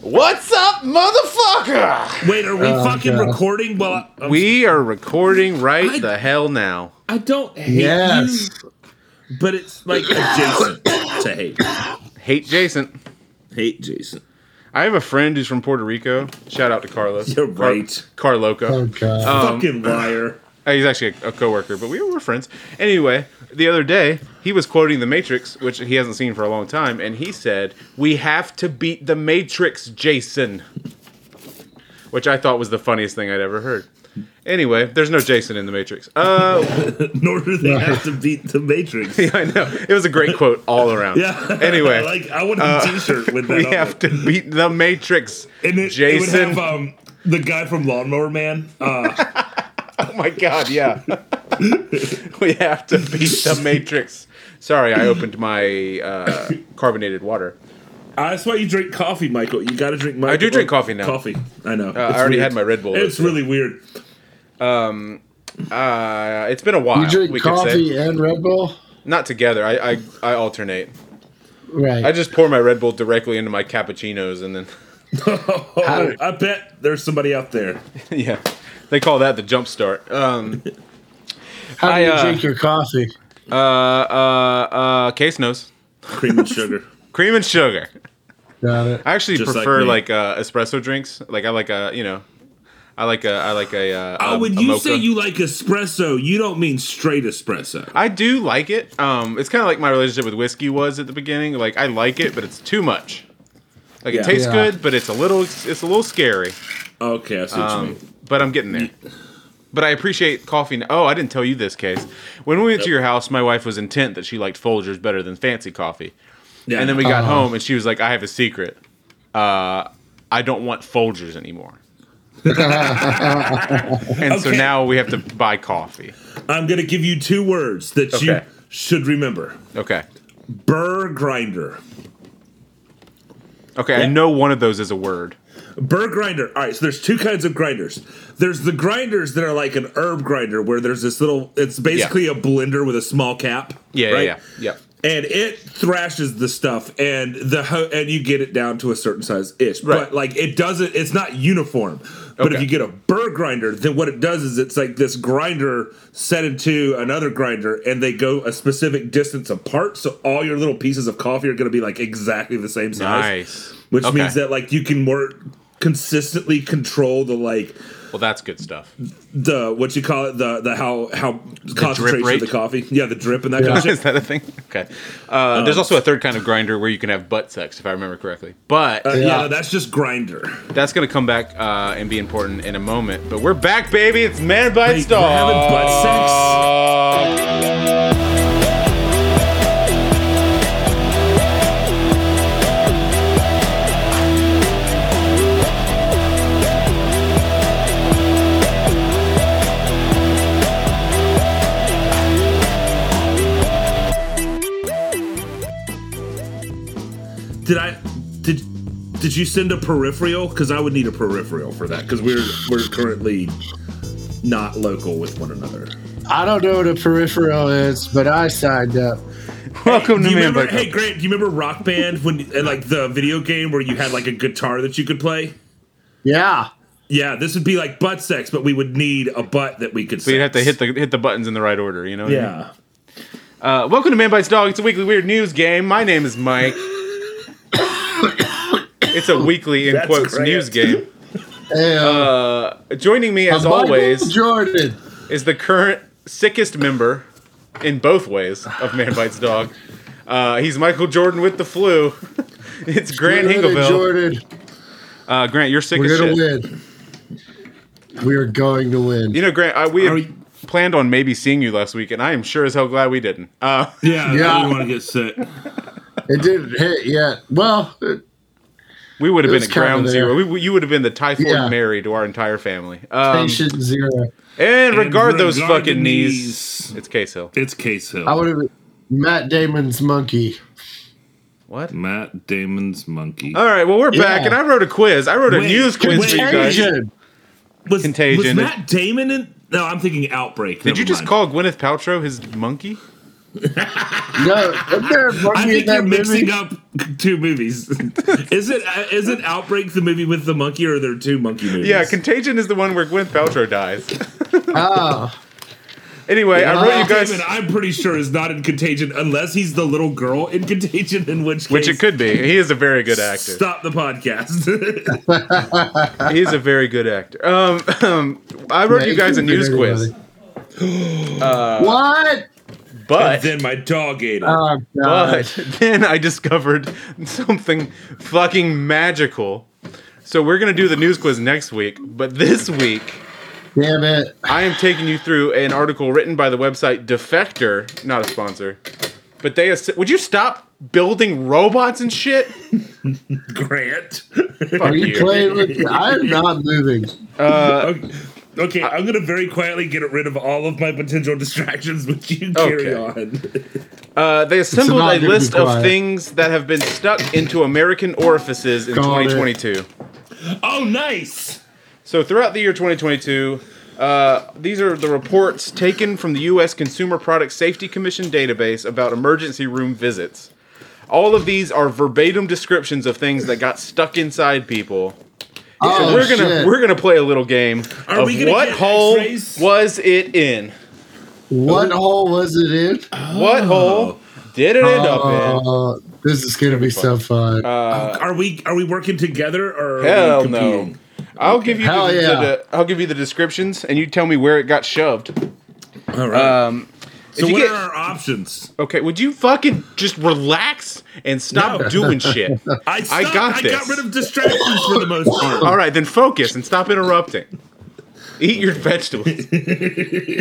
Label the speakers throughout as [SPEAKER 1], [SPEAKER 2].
[SPEAKER 1] What's up, motherfucker?
[SPEAKER 2] Wait, are we fucking recording? Well, I,
[SPEAKER 1] We are recording right
[SPEAKER 2] I-
[SPEAKER 1] the hell now.
[SPEAKER 2] I don't hate
[SPEAKER 3] Yes.
[SPEAKER 2] you, but it's like adjacent to hate.
[SPEAKER 1] Hate Jason.
[SPEAKER 2] Hate Jason.
[SPEAKER 1] I have a friend who's from Puerto Rico. Shout out to Carlos.
[SPEAKER 2] You're right.
[SPEAKER 1] Car-
[SPEAKER 3] Oh
[SPEAKER 1] Carloco.
[SPEAKER 3] god.
[SPEAKER 2] fucking liar.
[SPEAKER 1] Uh, He's actually a, a coworker, but we were friends. Anyway, the other day he was quoting The Matrix, which he hasn't seen for a long time, and he said, "We have to beat The Matrix, Jason," which I thought was the funniest thing I'd ever heard. Anyway, there's no Jason in The Matrix. Uh,
[SPEAKER 2] Nor do they have to beat the Matrix.
[SPEAKER 1] I know it was a great quote all around.
[SPEAKER 2] Yeah.
[SPEAKER 1] Anyway, uh,
[SPEAKER 2] I like I want a T-shirt with that.
[SPEAKER 1] we
[SPEAKER 2] on
[SPEAKER 1] have
[SPEAKER 2] it.
[SPEAKER 1] to beat The Matrix,
[SPEAKER 2] And it, it would
[SPEAKER 1] Jason.
[SPEAKER 2] have um, the guy from Lawnmower Man. Uh,
[SPEAKER 1] Oh my god, yeah. we have to beat the Matrix. Sorry, I opened my uh, carbonated water.
[SPEAKER 2] that's why you drink coffee, Michael. You got to drink. Michael,
[SPEAKER 1] do drink coffee now. Uh,
[SPEAKER 2] Coffee. I know.
[SPEAKER 1] I already had my Red Bull.
[SPEAKER 2] It's really weird.
[SPEAKER 1] Uh, it's been a while.
[SPEAKER 3] You drink
[SPEAKER 1] we could say
[SPEAKER 3] coffee and Red Bull?
[SPEAKER 1] not together. I, I I alternate.
[SPEAKER 3] Right.
[SPEAKER 1] I just pour my Red Bull directly into my cappuccinos, and then
[SPEAKER 2] Oh, I bet there's somebody out there.
[SPEAKER 1] yeah, they call that the jump start. Um,
[SPEAKER 3] How do
[SPEAKER 1] I,
[SPEAKER 3] you
[SPEAKER 1] uh,
[SPEAKER 3] drink your coffee?
[SPEAKER 1] uh, uh, uh, case nose,
[SPEAKER 2] Cream and sugar.
[SPEAKER 1] cream and sugar.
[SPEAKER 3] Got it.
[SPEAKER 1] I actually
[SPEAKER 2] Just like
[SPEAKER 1] prefer
[SPEAKER 2] me.
[SPEAKER 1] like, uh, espresso drinks. Like I like a you know, I like a I like a. Uh,
[SPEAKER 2] Oh,
[SPEAKER 1] a-
[SPEAKER 2] when
[SPEAKER 1] a
[SPEAKER 2] you
[SPEAKER 1] mocha.
[SPEAKER 2] say you like espresso, you don't mean straight espresso.
[SPEAKER 1] I do like it. Um, it's kind of like my relationship with whiskey was at the beginning. Like I like it, but it's too much. Like
[SPEAKER 2] Yeah.
[SPEAKER 1] it tastes
[SPEAKER 3] Yeah.
[SPEAKER 1] good, but it's a little it's, a little scary.
[SPEAKER 2] Okay, I see what you
[SPEAKER 1] Um,
[SPEAKER 2] mean.
[SPEAKER 1] but I'm getting there. But I appreciate coffee. n- Oh, I didn't tell you this case. When we went to your house, my wife was intent that she liked Folgers better than fancy coffee.
[SPEAKER 2] Yeah.
[SPEAKER 1] And then we got
[SPEAKER 3] Oh.
[SPEAKER 1] home, and she was like, "I have a secret. Uh, I don't want Folgers anymore." and so
[SPEAKER 2] Okay.
[SPEAKER 1] now we have to buy coffee.
[SPEAKER 2] I'm gonna give you two words that you
[SPEAKER 1] Okay.
[SPEAKER 2] should remember:
[SPEAKER 1] Okay.
[SPEAKER 2] burr grinder.
[SPEAKER 1] Okay, I
[SPEAKER 2] Yeah.
[SPEAKER 1] know one of those is a word.
[SPEAKER 2] Burr grinder. All right, so there's two kinds of grinders. There's the grinders that are like an herb grinder, where there's this little. It's basically a blender with a small cap.
[SPEAKER 1] Yeah,
[SPEAKER 2] right?
[SPEAKER 1] yeah, yeah, yeah.
[SPEAKER 2] and it thrashes the stuff and the ho- and you get it down to a certain size ish
[SPEAKER 1] Right.
[SPEAKER 2] but like it doesn't it's not uniform but if
[SPEAKER 1] Okay.
[SPEAKER 2] you get a burr grinder then what it does is it's like this grinder set into another grinder and they go a specific distance apart so all your little pieces of coffee are going to be like exactly the same size
[SPEAKER 1] Nice.
[SPEAKER 2] which
[SPEAKER 1] Okay.
[SPEAKER 2] means that like you can more consistently control the like
[SPEAKER 1] Well, that's good stuff.
[SPEAKER 2] the what you call it the the how how concentration
[SPEAKER 1] rate?
[SPEAKER 2] of the coffee yeah the drip and that kind of shit
[SPEAKER 1] Is that a thing? Okay. Uh, there's also a third kind of grinder where you can have butt sex, if I remember correctly. But
[SPEAKER 2] Uh, yeah,
[SPEAKER 3] Yeah.
[SPEAKER 2] no, that's just grinder
[SPEAKER 1] that's going to come back uh, and be important in a moment. But we're back, baby. It's Man Bites
[SPEAKER 2] Wait, we're
[SPEAKER 1] Dog.
[SPEAKER 2] having butt
[SPEAKER 1] sex.
[SPEAKER 2] Did I did did you send a peripheral? Because I would need a peripheral for that. Because we're we're currently not local with one another.
[SPEAKER 3] I don't know what a peripheral is, but I signed up.
[SPEAKER 1] Welcome
[SPEAKER 2] Do
[SPEAKER 1] to
[SPEAKER 2] you
[SPEAKER 1] Man
[SPEAKER 2] remember?
[SPEAKER 1] Bites
[SPEAKER 2] Hey
[SPEAKER 1] Dog.
[SPEAKER 2] Grant, do you remember Rock Band when and like the video game where you had like a guitar that you could play?
[SPEAKER 3] Yeah.
[SPEAKER 2] Yeah, this would be like butt sex, but we would need a butt that we could.
[SPEAKER 1] So you'd have to hit the hit the buttons in the right order, you know? what I mean?
[SPEAKER 2] Yeah.
[SPEAKER 1] Uh, welcome to Man Bites Dog. It's a weekly weird news game. My name is Mike. it's a weekly in
[SPEAKER 2] That's
[SPEAKER 1] quotes
[SPEAKER 2] great.
[SPEAKER 1] news game.
[SPEAKER 3] And,
[SPEAKER 1] Joining me as
[SPEAKER 3] Michael
[SPEAKER 1] always
[SPEAKER 3] uh, Jordan.
[SPEAKER 1] is the current sickest member in both ways of Man Bites Dog. Uh, he's Michael Jordan with the flu. It's Grant
[SPEAKER 3] We're gonna
[SPEAKER 1] Hingeville.
[SPEAKER 3] Jordan.
[SPEAKER 1] Uh, Grant, you're sick
[SPEAKER 3] We're
[SPEAKER 1] as
[SPEAKER 3] gonna
[SPEAKER 1] shit.
[SPEAKER 3] win. We are going to win.
[SPEAKER 1] You know, Grant, I, we
[SPEAKER 2] Are
[SPEAKER 1] had
[SPEAKER 2] we-
[SPEAKER 1] planned on maybe seeing you last week, and I am sure as hell glad we didn't. Uh,
[SPEAKER 2] Yeah.
[SPEAKER 3] Yeah.
[SPEAKER 2] want to get sick.
[SPEAKER 3] it didn't hit yet. Well, it-
[SPEAKER 1] we would have been
[SPEAKER 3] was
[SPEAKER 1] at ground
[SPEAKER 3] kinda
[SPEAKER 1] zero.
[SPEAKER 3] there.
[SPEAKER 1] We, we- you would have been the typhoid
[SPEAKER 3] Yeah.
[SPEAKER 1] Mary to our entire family. Um,
[SPEAKER 3] patient zero.
[SPEAKER 1] and regard those
[SPEAKER 2] regard
[SPEAKER 1] fucking
[SPEAKER 2] the
[SPEAKER 1] knees. It's Case Hill.
[SPEAKER 2] It's Case Hill.
[SPEAKER 3] I would have Matt Damon's monkey.
[SPEAKER 1] What?
[SPEAKER 2] Matt Damon's monkey.
[SPEAKER 1] All right, well, we're back,
[SPEAKER 3] Yeah.
[SPEAKER 1] and I wrote a quiz. I wrote a
[SPEAKER 2] Wait,
[SPEAKER 1] news quiz for you guys.
[SPEAKER 2] Contagion. was,
[SPEAKER 1] Contagion.
[SPEAKER 2] Was Matt Damon in? No, I'm thinking Outbreak.
[SPEAKER 1] Did you just call Gwyneth Paltrow his monkey?
[SPEAKER 3] No, isn't there a
[SPEAKER 2] I
[SPEAKER 3] monkey in
[SPEAKER 2] think you're
[SPEAKER 3] that
[SPEAKER 2] mixing
[SPEAKER 3] movie?
[SPEAKER 2] up two movies. is it uh, is it Outbreak the movie with the monkey, or are there two monkey movies?
[SPEAKER 1] Yeah, Contagion is the one where Gwyneth Paltrow dies.
[SPEAKER 3] Oh,
[SPEAKER 1] Anyway, I wrote you guys,
[SPEAKER 2] Damon, I'm pretty sure is not in Contagion unless he's the little girl in Contagion, in which case
[SPEAKER 1] which it could be. He is a very good actor.
[SPEAKER 2] stop the podcast.
[SPEAKER 1] He is a very good actor. Um, um, I wrote you guys a news quiz, Uh,
[SPEAKER 3] what?
[SPEAKER 1] but
[SPEAKER 2] and then my dog ate it.
[SPEAKER 3] Oh god!
[SPEAKER 1] But then I discovered something fucking magical. So we're gonna do the news quiz next week, but this week
[SPEAKER 3] Damn it!
[SPEAKER 1] I am taking you through an article written by the website Defector, not a sponsor. But they ass- would you stop building robots and shit?
[SPEAKER 2] Grant.
[SPEAKER 1] Fuck
[SPEAKER 3] Are you
[SPEAKER 1] you.
[SPEAKER 3] playing with? I'm not moving.
[SPEAKER 2] okay, okay, I'm gonna very quietly get rid of all of my potential distractions, but you carry
[SPEAKER 1] Okay.
[SPEAKER 2] on.
[SPEAKER 1] Uh, they assembled
[SPEAKER 3] not
[SPEAKER 1] a
[SPEAKER 3] gonna be
[SPEAKER 1] list of
[SPEAKER 3] quiet.
[SPEAKER 1] things that have been stuck into American orifices in
[SPEAKER 3] Got it.
[SPEAKER 1] 2022.
[SPEAKER 2] oh, nice.
[SPEAKER 1] So throughout the year 2022, uh, these are the reports taken from the U.S. Consumer Product Safety Commission database about emergency room visits. All of these are verbatim descriptions of things that got stuck inside people.
[SPEAKER 3] Oh,
[SPEAKER 1] so we're gonna
[SPEAKER 3] shit.
[SPEAKER 1] we're gonna play a little game
[SPEAKER 2] Are
[SPEAKER 1] of
[SPEAKER 2] we gonna
[SPEAKER 1] what
[SPEAKER 2] get
[SPEAKER 1] hole
[SPEAKER 2] X-rays?
[SPEAKER 1] was it in?
[SPEAKER 3] what hole was it in?
[SPEAKER 1] What hole did it end up in?
[SPEAKER 3] Oh, this is gonna be so fun.
[SPEAKER 1] Uh,
[SPEAKER 2] are we are we working together or are
[SPEAKER 1] Hell
[SPEAKER 2] we
[SPEAKER 1] no!
[SPEAKER 2] competing?
[SPEAKER 1] I'll give you
[SPEAKER 3] Hell
[SPEAKER 1] the,
[SPEAKER 3] yeah.
[SPEAKER 1] the- I'll give you the descriptions, and you tell me where it got shoved.
[SPEAKER 2] All right.
[SPEAKER 1] Um,
[SPEAKER 2] so
[SPEAKER 1] if you
[SPEAKER 2] what
[SPEAKER 1] get-
[SPEAKER 2] are our options?
[SPEAKER 1] Okay, would you fucking just relax and stop
[SPEAKER 2] No.
[SPEAKER 1] doing shit?
[SPEAKER 2] I stopped, I,
[SPEAKER 1] got
[SPEAKER 2] got
[SPEAKER 1] this.
[SPEAKER 2] rid of distractions for the most part.
[SPEAKER 1] All right, then focus and stop interrupting. Eat your vegetables.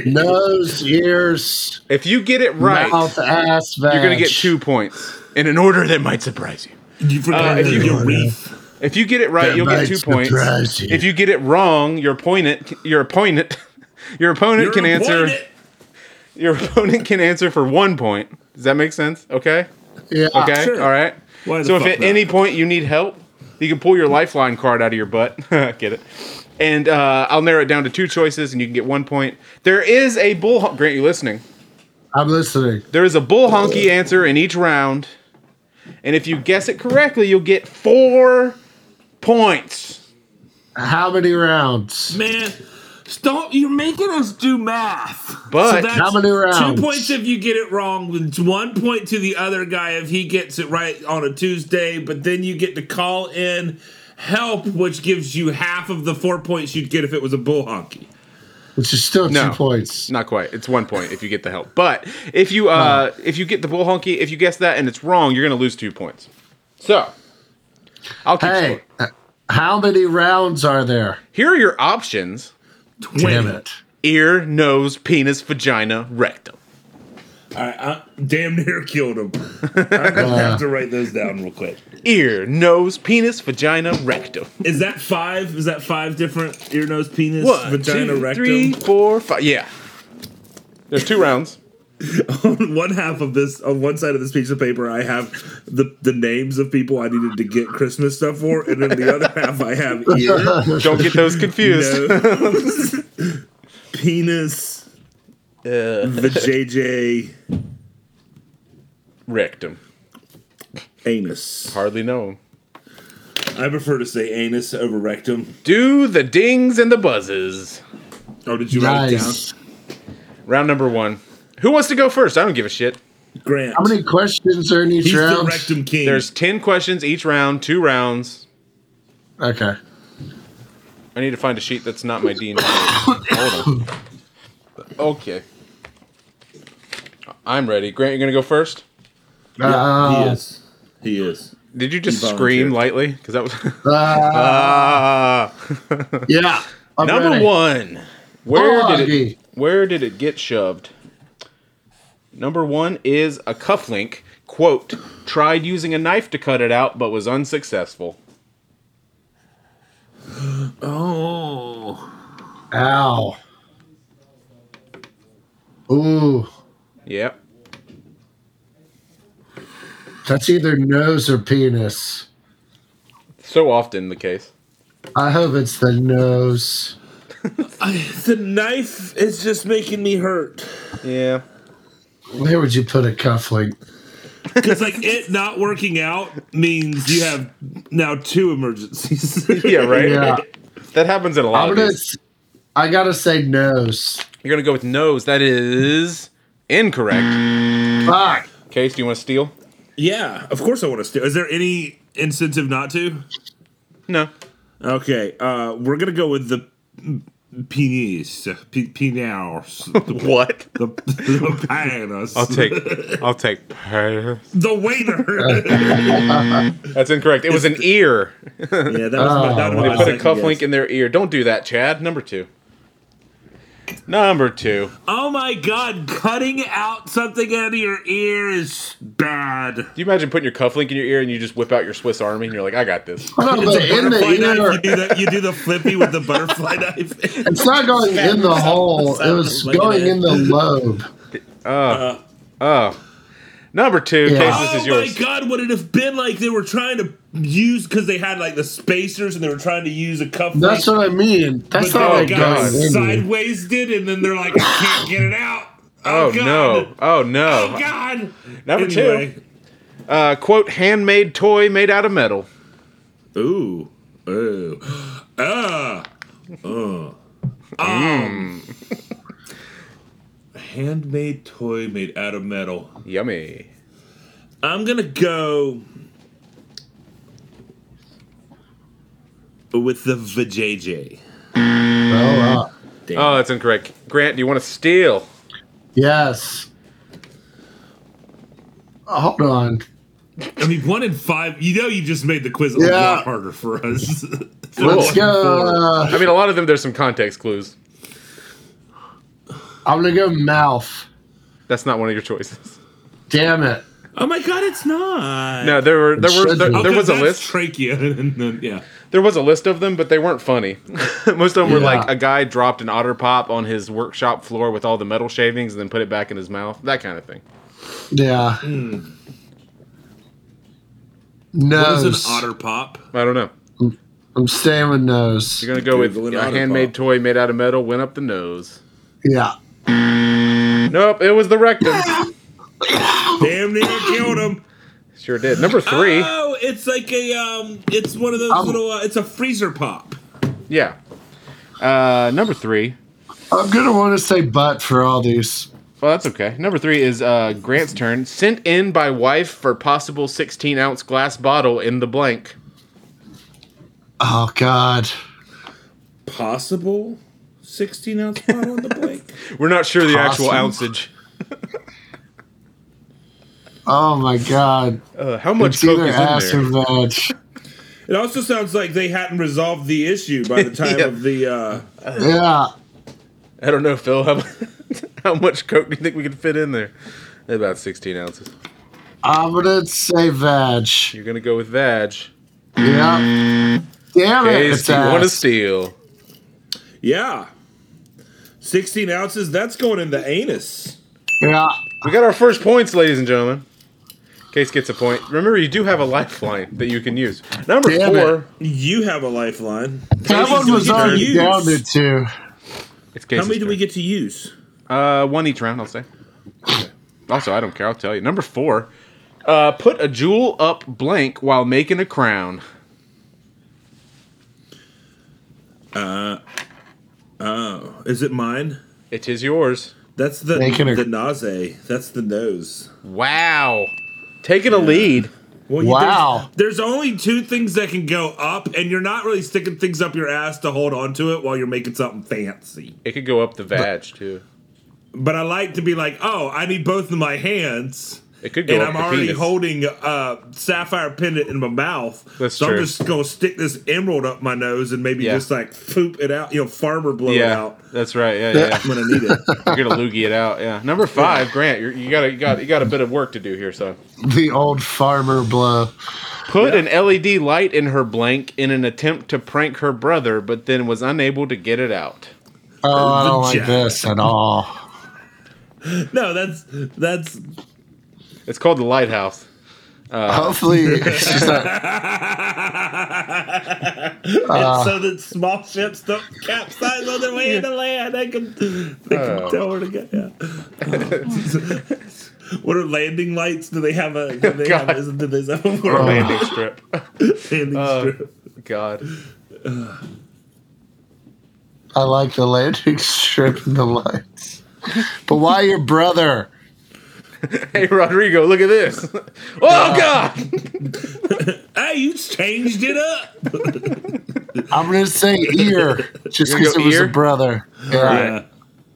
[SPEAKER 3] Nose, ears,
[SPEAKER 1] If you get it right,
[SPEAKER 3] mouth, ass, vag.
[SPEAKER 1] you're going to get two points in an order that might surprise you.
[SPEAKER 2] You forgot
[SPEAKER 1] Uh, if
[SPEAKER 2] the
[SPEAKER 1] you-
[SPEAKER 2] urethra.
[SPEAKER 1] If you get it right,
[SPEAKER 3] That
[SPEAKER 1] you'll get two
[SPEAKER 3] might
[SPEAKER 1] points.
[SPEAKER 3] surprise you.
[SPEAKER 1] If you get it wrong, your opponent, your opponent, your opponent
[SPEAKER 2] You're
[SPEAKER 1] can answer.
[SPEAKER 2] appointed.
[SPEAKER 1] Your opponent can answer for one point. Does that make sense? Okay.
[SPEAKER 3] Yeah.
[SPEAKER 1] Okay.
[SPEAKER 2] Ah, sure.
[SPEAKER 1] All right.
[SPEAKER 2] Why the
[SPEAKER 1] so if
[SPEAKER 2] fuck
[SPEAKER 1] at
[SPEAKER 2] not?
[SPEAKER 1] any point you need help, you can pull your lifeline card out of your butt. get it? And uh, I'll narrow it down to two choices, and you can get one point. There is a bull. hon- Grant, you listening?
[SPEAKER 3] I'm listening.
[SPEAKER 1] There is a bull honky answer in each round, and if you guess it correctly, you'll get four points.
[SPEAKER 3] How many rounds?
[SPEAKER 2] Man, stop! You're making us do math.
[SPEAKER 1] But-
[SPEAKER 2] that's
[SPEAKER 3] How many rounds?
[SPEAKER 2] Two points if you get it wrong. and One point to the other guy if he gets it right on a Tuesday. But then you get to call in help, which gives you half of the four points you'd get if it was a bull honky.
[SPEAKER 3] Which is still
[SPEAKER 1] No.
[SPEAKER 3] two points.
[SPEAKER 1] Not quite. It's one point if you get the help. But if you uh, if you get the bull honky, if you guess that and it's wrong, you're gonna lose two points. So I'll keep
[SPEAKER 3] Hey,
[SPEAKER 1] score.
[SPEAKER 3] h- how many rounds are there?
[SPEAKER 1] Here are your options.
[SPEAKER 3] Damn it.
[SPEAKER 1] ear, nose, penis, vagina, rectum.
[SPEAKER 2] All right, I damn near killed him. I'm gonna have to write those down real quick.
[SPEAKER 1] Ear, nose, penis, vagina, rectum.
[SPEAKER 2] Is that five? Is that five different ear, nose, penis,
[SPEAKER 1] One,
[SPEAKER 2] vagina,
[SPEAKER 1] two,
[SPEAKER 2] rectum?
[SPEAKER 1] three, four, five. Yeah. There's two rounds.
[SPEAKER 2] on one half of this on one side of this piece of paper i have the the names of people i needed to get christmas stuff for and then the other half i have ear
[SPEAKER 1] Don't get those confused.
[SPEAKER 2] nose, penis
[SPEAKER 1] Uh,
[SPEAKER 2] the jj
[SPEAKER 1] rectum.
[SPEAKER 2] anus
[SPEAKER 1] Hardly known.
[SPEAKER 2] i prefer to say anus over rectum
[SPEAKER 1] Do the dings and the buzzes.
[SPEAKER 2] oh did you write it
[SPEAKER 3] Nice.
[SPEAKER 2] down
[SPEAKER 1] Round number one. Who wants to go first? I don't give a shit.
[SPEAKER 2] grant
[SPEAKER 3] How many questions are in each
[SPEAKER 2] he's the
[SPEAKER 3] round?
[SPEAKER 2] rectum king
[SPEAKER 1] There's 10 questions each round, two rounds.
[SPEAKER 3] Okay.
[SPEAKER 1] I need to find a sheet that's not my D and D. Hold on. Okay. I'm ready. Grant, you're going to go first?
[SPEAKER 3] Uh,
[SPEAKER 2] he is he is
[SPEAKER 1] Did you just
[SPEAKER 2] You
[SPEAKER 1] scream
[SPEAKER 2] volunteered.
[SPEAKER 1] lightly? Because that was.
[SPEAKER 3] uh,
[SPEAKER 1] Ah.
[SPEAKER 3] yeah. I'm
[SPEAKER 1] number
[SPEAKER 3] ready.
[SPEAKER 1] one. Where
[SPEAKER 3] Oh,
[SPEAKER 1] did it?
[SPEAKER 3] gee.
[SPEAKER 1] Where did it get shoved? Number one is a cufflink. Quote: Tried using a knife to cut it out, but was unsuccessful.
[SPEAKER 2] oh
[SPEAKER 3] Ow. Ooh.
[SPEAKER 1] Yep.
[SPEAKER 3] That's either nose or penis.
[SPEAKER 1] So often the case.
[SPEAKER 3] I hope it's the nose.
[SPEAKER 2] I, the knife is just making me hurt
[SPEAKER 1] Yeah.
[SPEAKER 3] Where would you put a cufflink?
[SPEAKER 2] Because like it not working out means you have now two emergencies.
[SPEAKER 1] Yeah, right.
[SPEAKER 3] Yeah.
[SPEAKER 1] That happens in a lot
[SPEAKER 3] I'm
[SPEAKER 1] of
[SPEAKER 3] gonna.
[SPEAKER 1] these.
[SPEAKER 3] s- I gotta say nose.
[SPEAKER 1] You're gonna go with nose. That is incorrect.
[SPEAKER 2] Mm.
[SPEAKER 3] Fuck.
[SPEAKER 1] Case, do you want to steal?
[SPEAKER 2] yeah, of course I want to steal. Is there any incentive not to?
[SPEAKER 1] No.
[SPEAKER 2] Okay, uh, we're gonna go with the penis, P- penis,
[SPEAKER 1] What?
[SPEAKER 2] the, the penis.
[SPEAKER 1] I'll take. I'll take. Paris.
[SPEAKER 2] the waiter.
[SPEAKER 1] That's incorrect. It was an ear.
[SPEAKER 2] yeah, that was my, that was
[SPEAKER 1] They
[SPEAKER 2] my
[SPEAKER 1] put a
[SPEAKER 2] second
[SPEAKER 1] cufflink
[SPEAKER 2] guess.
[SPEAKER 1] in their ear. Don't do that, Chad. Number two. Number two.
[SPEAKER 2] Oh my god, cutting out something out of your ear is bad.
[SPEAKER 1] Do you imagine putting your cufflink in your ear and you just whip out your Swiss Army and you're like, I got this.
[SPEAKER 3] No, but in the
[SPEAKER 2] Butterfly knife, you
[SPEAKER 3] ear,
[SPEAKER 2] do that. You do the flippy with the butterfly knife.
[SPEAKER 3] it's not going in the hole. It was
[SPEAKER 2] Like
[SPEAKER 3] going
[SPEAKER 2] an-
[SPEAKER 3] in the lobe.
[SPEAKER 1] Oh. Number two,
[SPEAKER 3] Yeah.
[SPEAKER 1] Case, this
[SPEAKER 2] oh
[SPEAKER 1] is yours.
[SPEAKER 2] my god, would it have been like they were trying to use because they had like the spacers and they were trying to use a cuff?
[SPEAKER 3] That's
[SPEAKER 2] link,
[SPEAKER 3] what I mean. That's
[SPEAKER 2] but
[SPEAKER 3] not
[SPEAKER 2] then
[SPEAKER 3] like
[SPEAKER 2] it got
[SPEAKER 3] going in. there.
[SPEAKER 2] sideways did, and then they're like, I can't get it out.
[SPEAKER 1] Oh,
[SPEAKER 2] God.
[SPEAKER 1] no. Oh no.
[SPEAKER 2] Oh god.
[SPEAKER 1] Number
[SPEAKER 2] Anyway.
[SPEAKER 1] Uh, quote, handmade toy made out of metal.
[SPEAKER 2] Ooh. Ooh. Ah. Uh. Um. Handmade toy made out of metal.
[SPEAKER 1] Yummy.
[SPEAKER 2] I'm gonna go with the vajayjay.
[SPEAKER 3] Oh, wow.
[SPEAKER 1] Oh, that's incorrect. Grant, do you want to steal?
[SPEAKER 3] Yes. Oh, Hold on.
[SPEAKER 2] I mean, one in five. You know, you just made the quiz a
[SPEAKER 3] Yeah.
[SPEAKER 2] lot harder for us.
[SPEAKER 3] Let's go. Uh,
[SPEAKER 1] I mean, a lot of them, there's some context clues.
[SPEAKER 3] I'm gonna go mouth.
[SPEAKER 1] That's not one of your choices.
[SPEAKER 3] Damn it.
[SPEAKER 2] Oh my god, it's not.
[SPEAKER 1] No, there were there were there,
[SPEAKER 3] Oh,
[SPEAKER 1] there was a
[SPEAKER 2] that's
[SPEAKER 1] list.
[SPEAKER 2] Trachea, and then, yeah.
[SPEAKER 1] There was a list of them, but they weren't funny. Most of them were
[SPEAKER 3] Yeah.
[SPEAKER 1] like a guy dropped an otter pop on his workshop floor with all the metal shavings and then put it back in his mouth. That kind of thing.
[SPEAKER 3] Yeah.
[SPEAKER 2] What
[SPEAKER 3] Nose.
[SPEAKER 2] is an otter pop?
[SPEAKER 1] I don't know.
[SPEAKER 3] I'm staying with nose.
[SPEAKER 1] You're gonna go with
[SPEAKER 2] Googling
[SPEAKER 1] a
[SPEAKER 2] otter
[SPEAKER 1] handmade
[SPEAKER 2] pop.
[SPEAKER 1] toy made out of metal went up the nose.
[SPEAKER 3] Yeah.
[SPEAKER 1] Nope, it was the rectum.
[SPEAKER 2] Damn near killed him.
[SPEAKER 1] Sure did. Number three.
[SPEAKER 2] Oh, it's like a um, it's one of those
[SPEAKER 3] Um,
[SPEAKER 2] little. Uh, it's a freezer pop.
[SPEAKER 1] Yeah. Uh, number three.
[SPEAKER 3] I'm gonna want to say butt for all these.
[SPEAKER 1] Well, that's okay. Number three is uh, Grant's turn. Sent in by wife for possible 16 ounce glass bottle in the blank.
[SPEAKER 3] Oh God.
[SPEAKER 2] Possible sixteen ounce bottle in the blank.
[SPEAKER 1] We're not sure the actual
[SPEAKER 3] Awesome.
[SPEAKER 1] ounceage.
[SPEAKER 3] Oh my God.
[SPEAKER 1] Uh, how much
[SPEAKER 3] It's
[SPEAKER 1] coke
[SPEAKER 3] either
[SPEAKER 1] is
[SPEAKER 3] ass or
[SPEAKER 1] in there?
[SPEAKER 3] veg.
[SPEAKER 2] It also sounds like they hadn't resolved the issue by the time
[SPEAKER 1] Yeah.
[SPEAKER 2] of the. Uh,
[SPEAKER 3] Yeah.
[SPEAKER 1] I don't know, Phil. How, how much coke do you think we could fit in there? About 16 ounces.
[SPEAKER 3] I'm gonna say veg.
[SPEAKER 1] You're gonna go with vag.
[SPEAKER 3] Yeah. Damn it.
[SPEAKER 1] Case,
[SPEAKER 3] It's
[SPEAKER 1] do you want to
[SPEAKER 3] ass.
[SPEAKER 1] steal?
[SPEAKER 2] yeah, sixteen ounces. That's going in the anus.
[SPEAKER 3] Yeah.
[SPEAKER 1] We got our first points, ladies and gentlemen. Case gets a point. Remember, you do have a lifeline that you can use. Number
[SPEAKER 3] Damn
[SPEAKER 1] four.
[SPEAKER 3] it.
[SPEAKER 2] You have a lifeline.
[SPEAKER 3] That one was already down to two.
[SPEAKER 1] It's
[SPEAKER 2] How
[SPEAKER 1] Casey's
[SPEAKER 2] many do we
[SPEAKER 1] turn.
[SPEAKER 2] get to use?
[SPEAKER 1] Uh, one each round, I'll say. Also, I don't care. I'll tell you. Number four, uh, put a jewel up blank while making a crown.
[SPEAKER 2] Is it mine?
[SPEAKER 1] It is yours.
[SPEAKER 2] That's the
[SPEAKER 3] Making a-
[SPEAKER 2] the nase. That's the nose.
[SPEAKER 1] Wow, taking a lead.
[SPEAKER 2] Well, you-
[SPEAKER 3] Wow.
[SPEAKER 2] There's, there's only two things that can go up, and you're not really sticking things up your ass to hold on to it while you're making something fancy.
[SPEAKER 1] It could go up the vag too.
[SPEAKER 2] But I like to be like, oh, I need both of my hands,
[SPEAKER 1] It could go
[SPEAKER 2] and
[SPEAKER 1] up
[SPEAKER 2] I'm
[SPEAKER 1] the
[SPEAKER 2] already
[SPEAKER 1] penis.
[SPEAKER 2] holding a sapphire pendant in my mouth.
[SPEAKER 1] That's
[SPEAKER 2] so
[SPEAKER 1] true.
[SPEAKER 2] I'm just going to stick this emerald up my nose and maybe
[SPEAKER 1] Yeah.
[SPEAKER 2] just like poop it out, you know, farmer blow it
[SPEAKER 1] yeah,
[SPEAKER 2] out
[SPEAKER 1] that's right. Yeah, yeah.
[SPEAKER 2] when I need it.
[SPEAKER 1] you're gonna loogie it out. Yeah. Number five, Grant. You're, you got a, you got you got a bit of work to do here, son.
[SPEAKER 3] The old farmer blow.
[SPEAKER 1] Put an LED light in her blank in an attempt to prank her brother, but then was unable to get it out.
[SPEAKER 3] Oh, I don't
[SPEAKER 2] Vagina.
[SPEAKER 3] like this at all.
[SPEAKER 2] no, that's that's
[SPEAKER 1] It's called the lighthouse.
[SPEAKER 3] Hopefully, she's not
[SPEAKER 2] it's so that small ships don't capsize
[SPEAKER 1] Oh.
[SPEAKER 2] on their way into land. I can, they can tell where to go. Yeah. What are landing lights? Do they have a? Do they have,
[SPEAKER 1] God.
[SPEAKER 2] is, do they have a
[SPEAKER 1] Or a
[SPEAKER 2] landing
[SPEAKER 1] landing strip. Oh,
[SPEAKER 2] strip?
[SPEAKER 1] God.
[SPEAKER 3] I like the landing strip and the lights. But why your brother?
[SPEAKER 1] Hey, Rodrigo, look at this. Oh, God.
[SPEAKER 2] Hey, you changed it up.
[SPEAKER 3] I'm gonna say ear, just
[SPEAKER 1] You're gonna
[SPEAKER 3] because
[SPEAKER 1] go
[SPEAKER 3] it was
[SPEAKER 1] ear?
[SPEAKER 3] a brother. Yeah.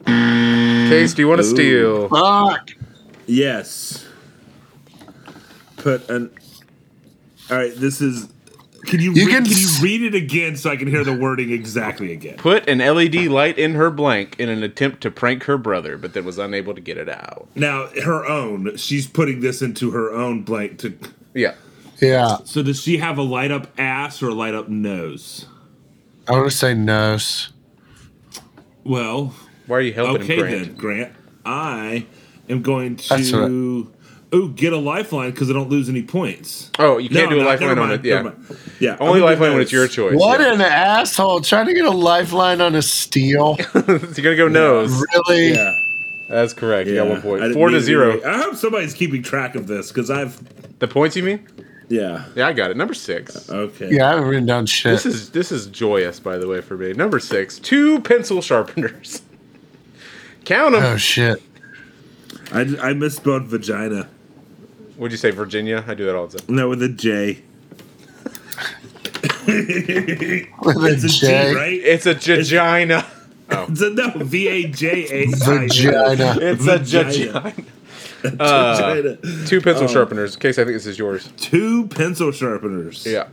[SPEAKER 2] Yeah.
[SPEAKER 1] Case, do you want to steal?
[SPEAKER 3] Fuck.
[SPEAKER 2] Yes. Put an. All right. This is. Can you,
[SPEAKER 3] You
[SPEAKER 2] read,
[SPEAKER 3] can
[SPEAKER 2] can you
[SPEAKER 3] s-
[SPEAKER 2] read it again so I can hear the wording exactly again?
[SPEAKER 1] Put an LED light in her blank in an attempt to prank her brother, but then was unable to get it out.
[SPEAKER 2] Now her own. She's putting this into her own blank. To
[SPEAKER 1] Yeah.
[SPEAKER 3] Yeah.
[SPEAKER 2] so does she have a light up ass or a light up nose?
[SPEAKER 3] I want to say nose.
[SPEAKER 2] Well,
[SPEAKER 1] Why are you helping
[SPEAKER 2] okay
[SPEAKER 1] him, Grant?
[SPEAKER 2] then, Grant. I am going
[SPEAKER 3] That's right.
[SPEAKER 2] to. Ooh, get a lifeline because I don't lose any points.
[SPEAKER 1] Oh, you can't do a lifeline
[SPEAKER 2] never
[SPEAKER 1] on
[SPEAKER 2] mind,
[SPEAKER 1] it. Yeah.
[SPEAKER 2] never mind. yeah.
[SPEAKER 1] Only
[SPEAKER 2] I'm gonna do
[SPEAKER 1] lifeline when it's
[SPEAKER 2] nose.
[SPEAKER 1] your choice.
[SPEAKER 3] What
[SPEAKER 1] yeah.
[SPEAKER 3] an asshole! Trying to get a lifeline on a steal.
[SPEAKER 1] You're gonna go nose.
[SPEAKER 3] Really?
[SPEAKER 2] Yeah.
[SPEAKER 1] That's correct. You got one
[SPEAKER 2] I
[SPEAKER 1] point.
[SPEAKER 2] didn't
[SPEAKER 1] Four
[SPEAKER 2] mean
[SPEAKER 1] to zero.
[SPEAKER 2] be- I hope somebody's keeping track of this because I've.
[SPEAKER 1] The points you mean?
[SPEAKER 2] Yeah.
[SPEAKER 1] Yeah, I got it. Number six.
[SPEAKER 2] Okay.
[SPEAKER 3] Yeah, I haven't written down shit.
[SPEAKER 1] This is this is joyous, by the way, for me. Number six. Two pencil sharpeners. Count them.
[SPEAKER 3] oh shit.
[SPEAKER 2] I, I misspelled vagina.
[SPEAKER 1] Would you say Virginia? I do that all the time.
[SPEAKER 2] No, with a J.
[SPEAKER 3] With a
[SPEAKER 2] It's a G,
[SPEAKER 3] J.
[SPEAKER 2] right?
[SPEAKER 1] It's a vagina.
[SPEAKER 2] It's a, no, V A J A.
[SPEAKER 3] Vagina.
[SPEAKER 1] It's a
[SPEAKER 2] Vagina.
[SPEAKER 1] vagina. Uh. Two pencil sharpeners. Case, I think this is yours.
[SPEAKER 2] Two pencil sharpeners.
[SPEAKER 1] Yeah.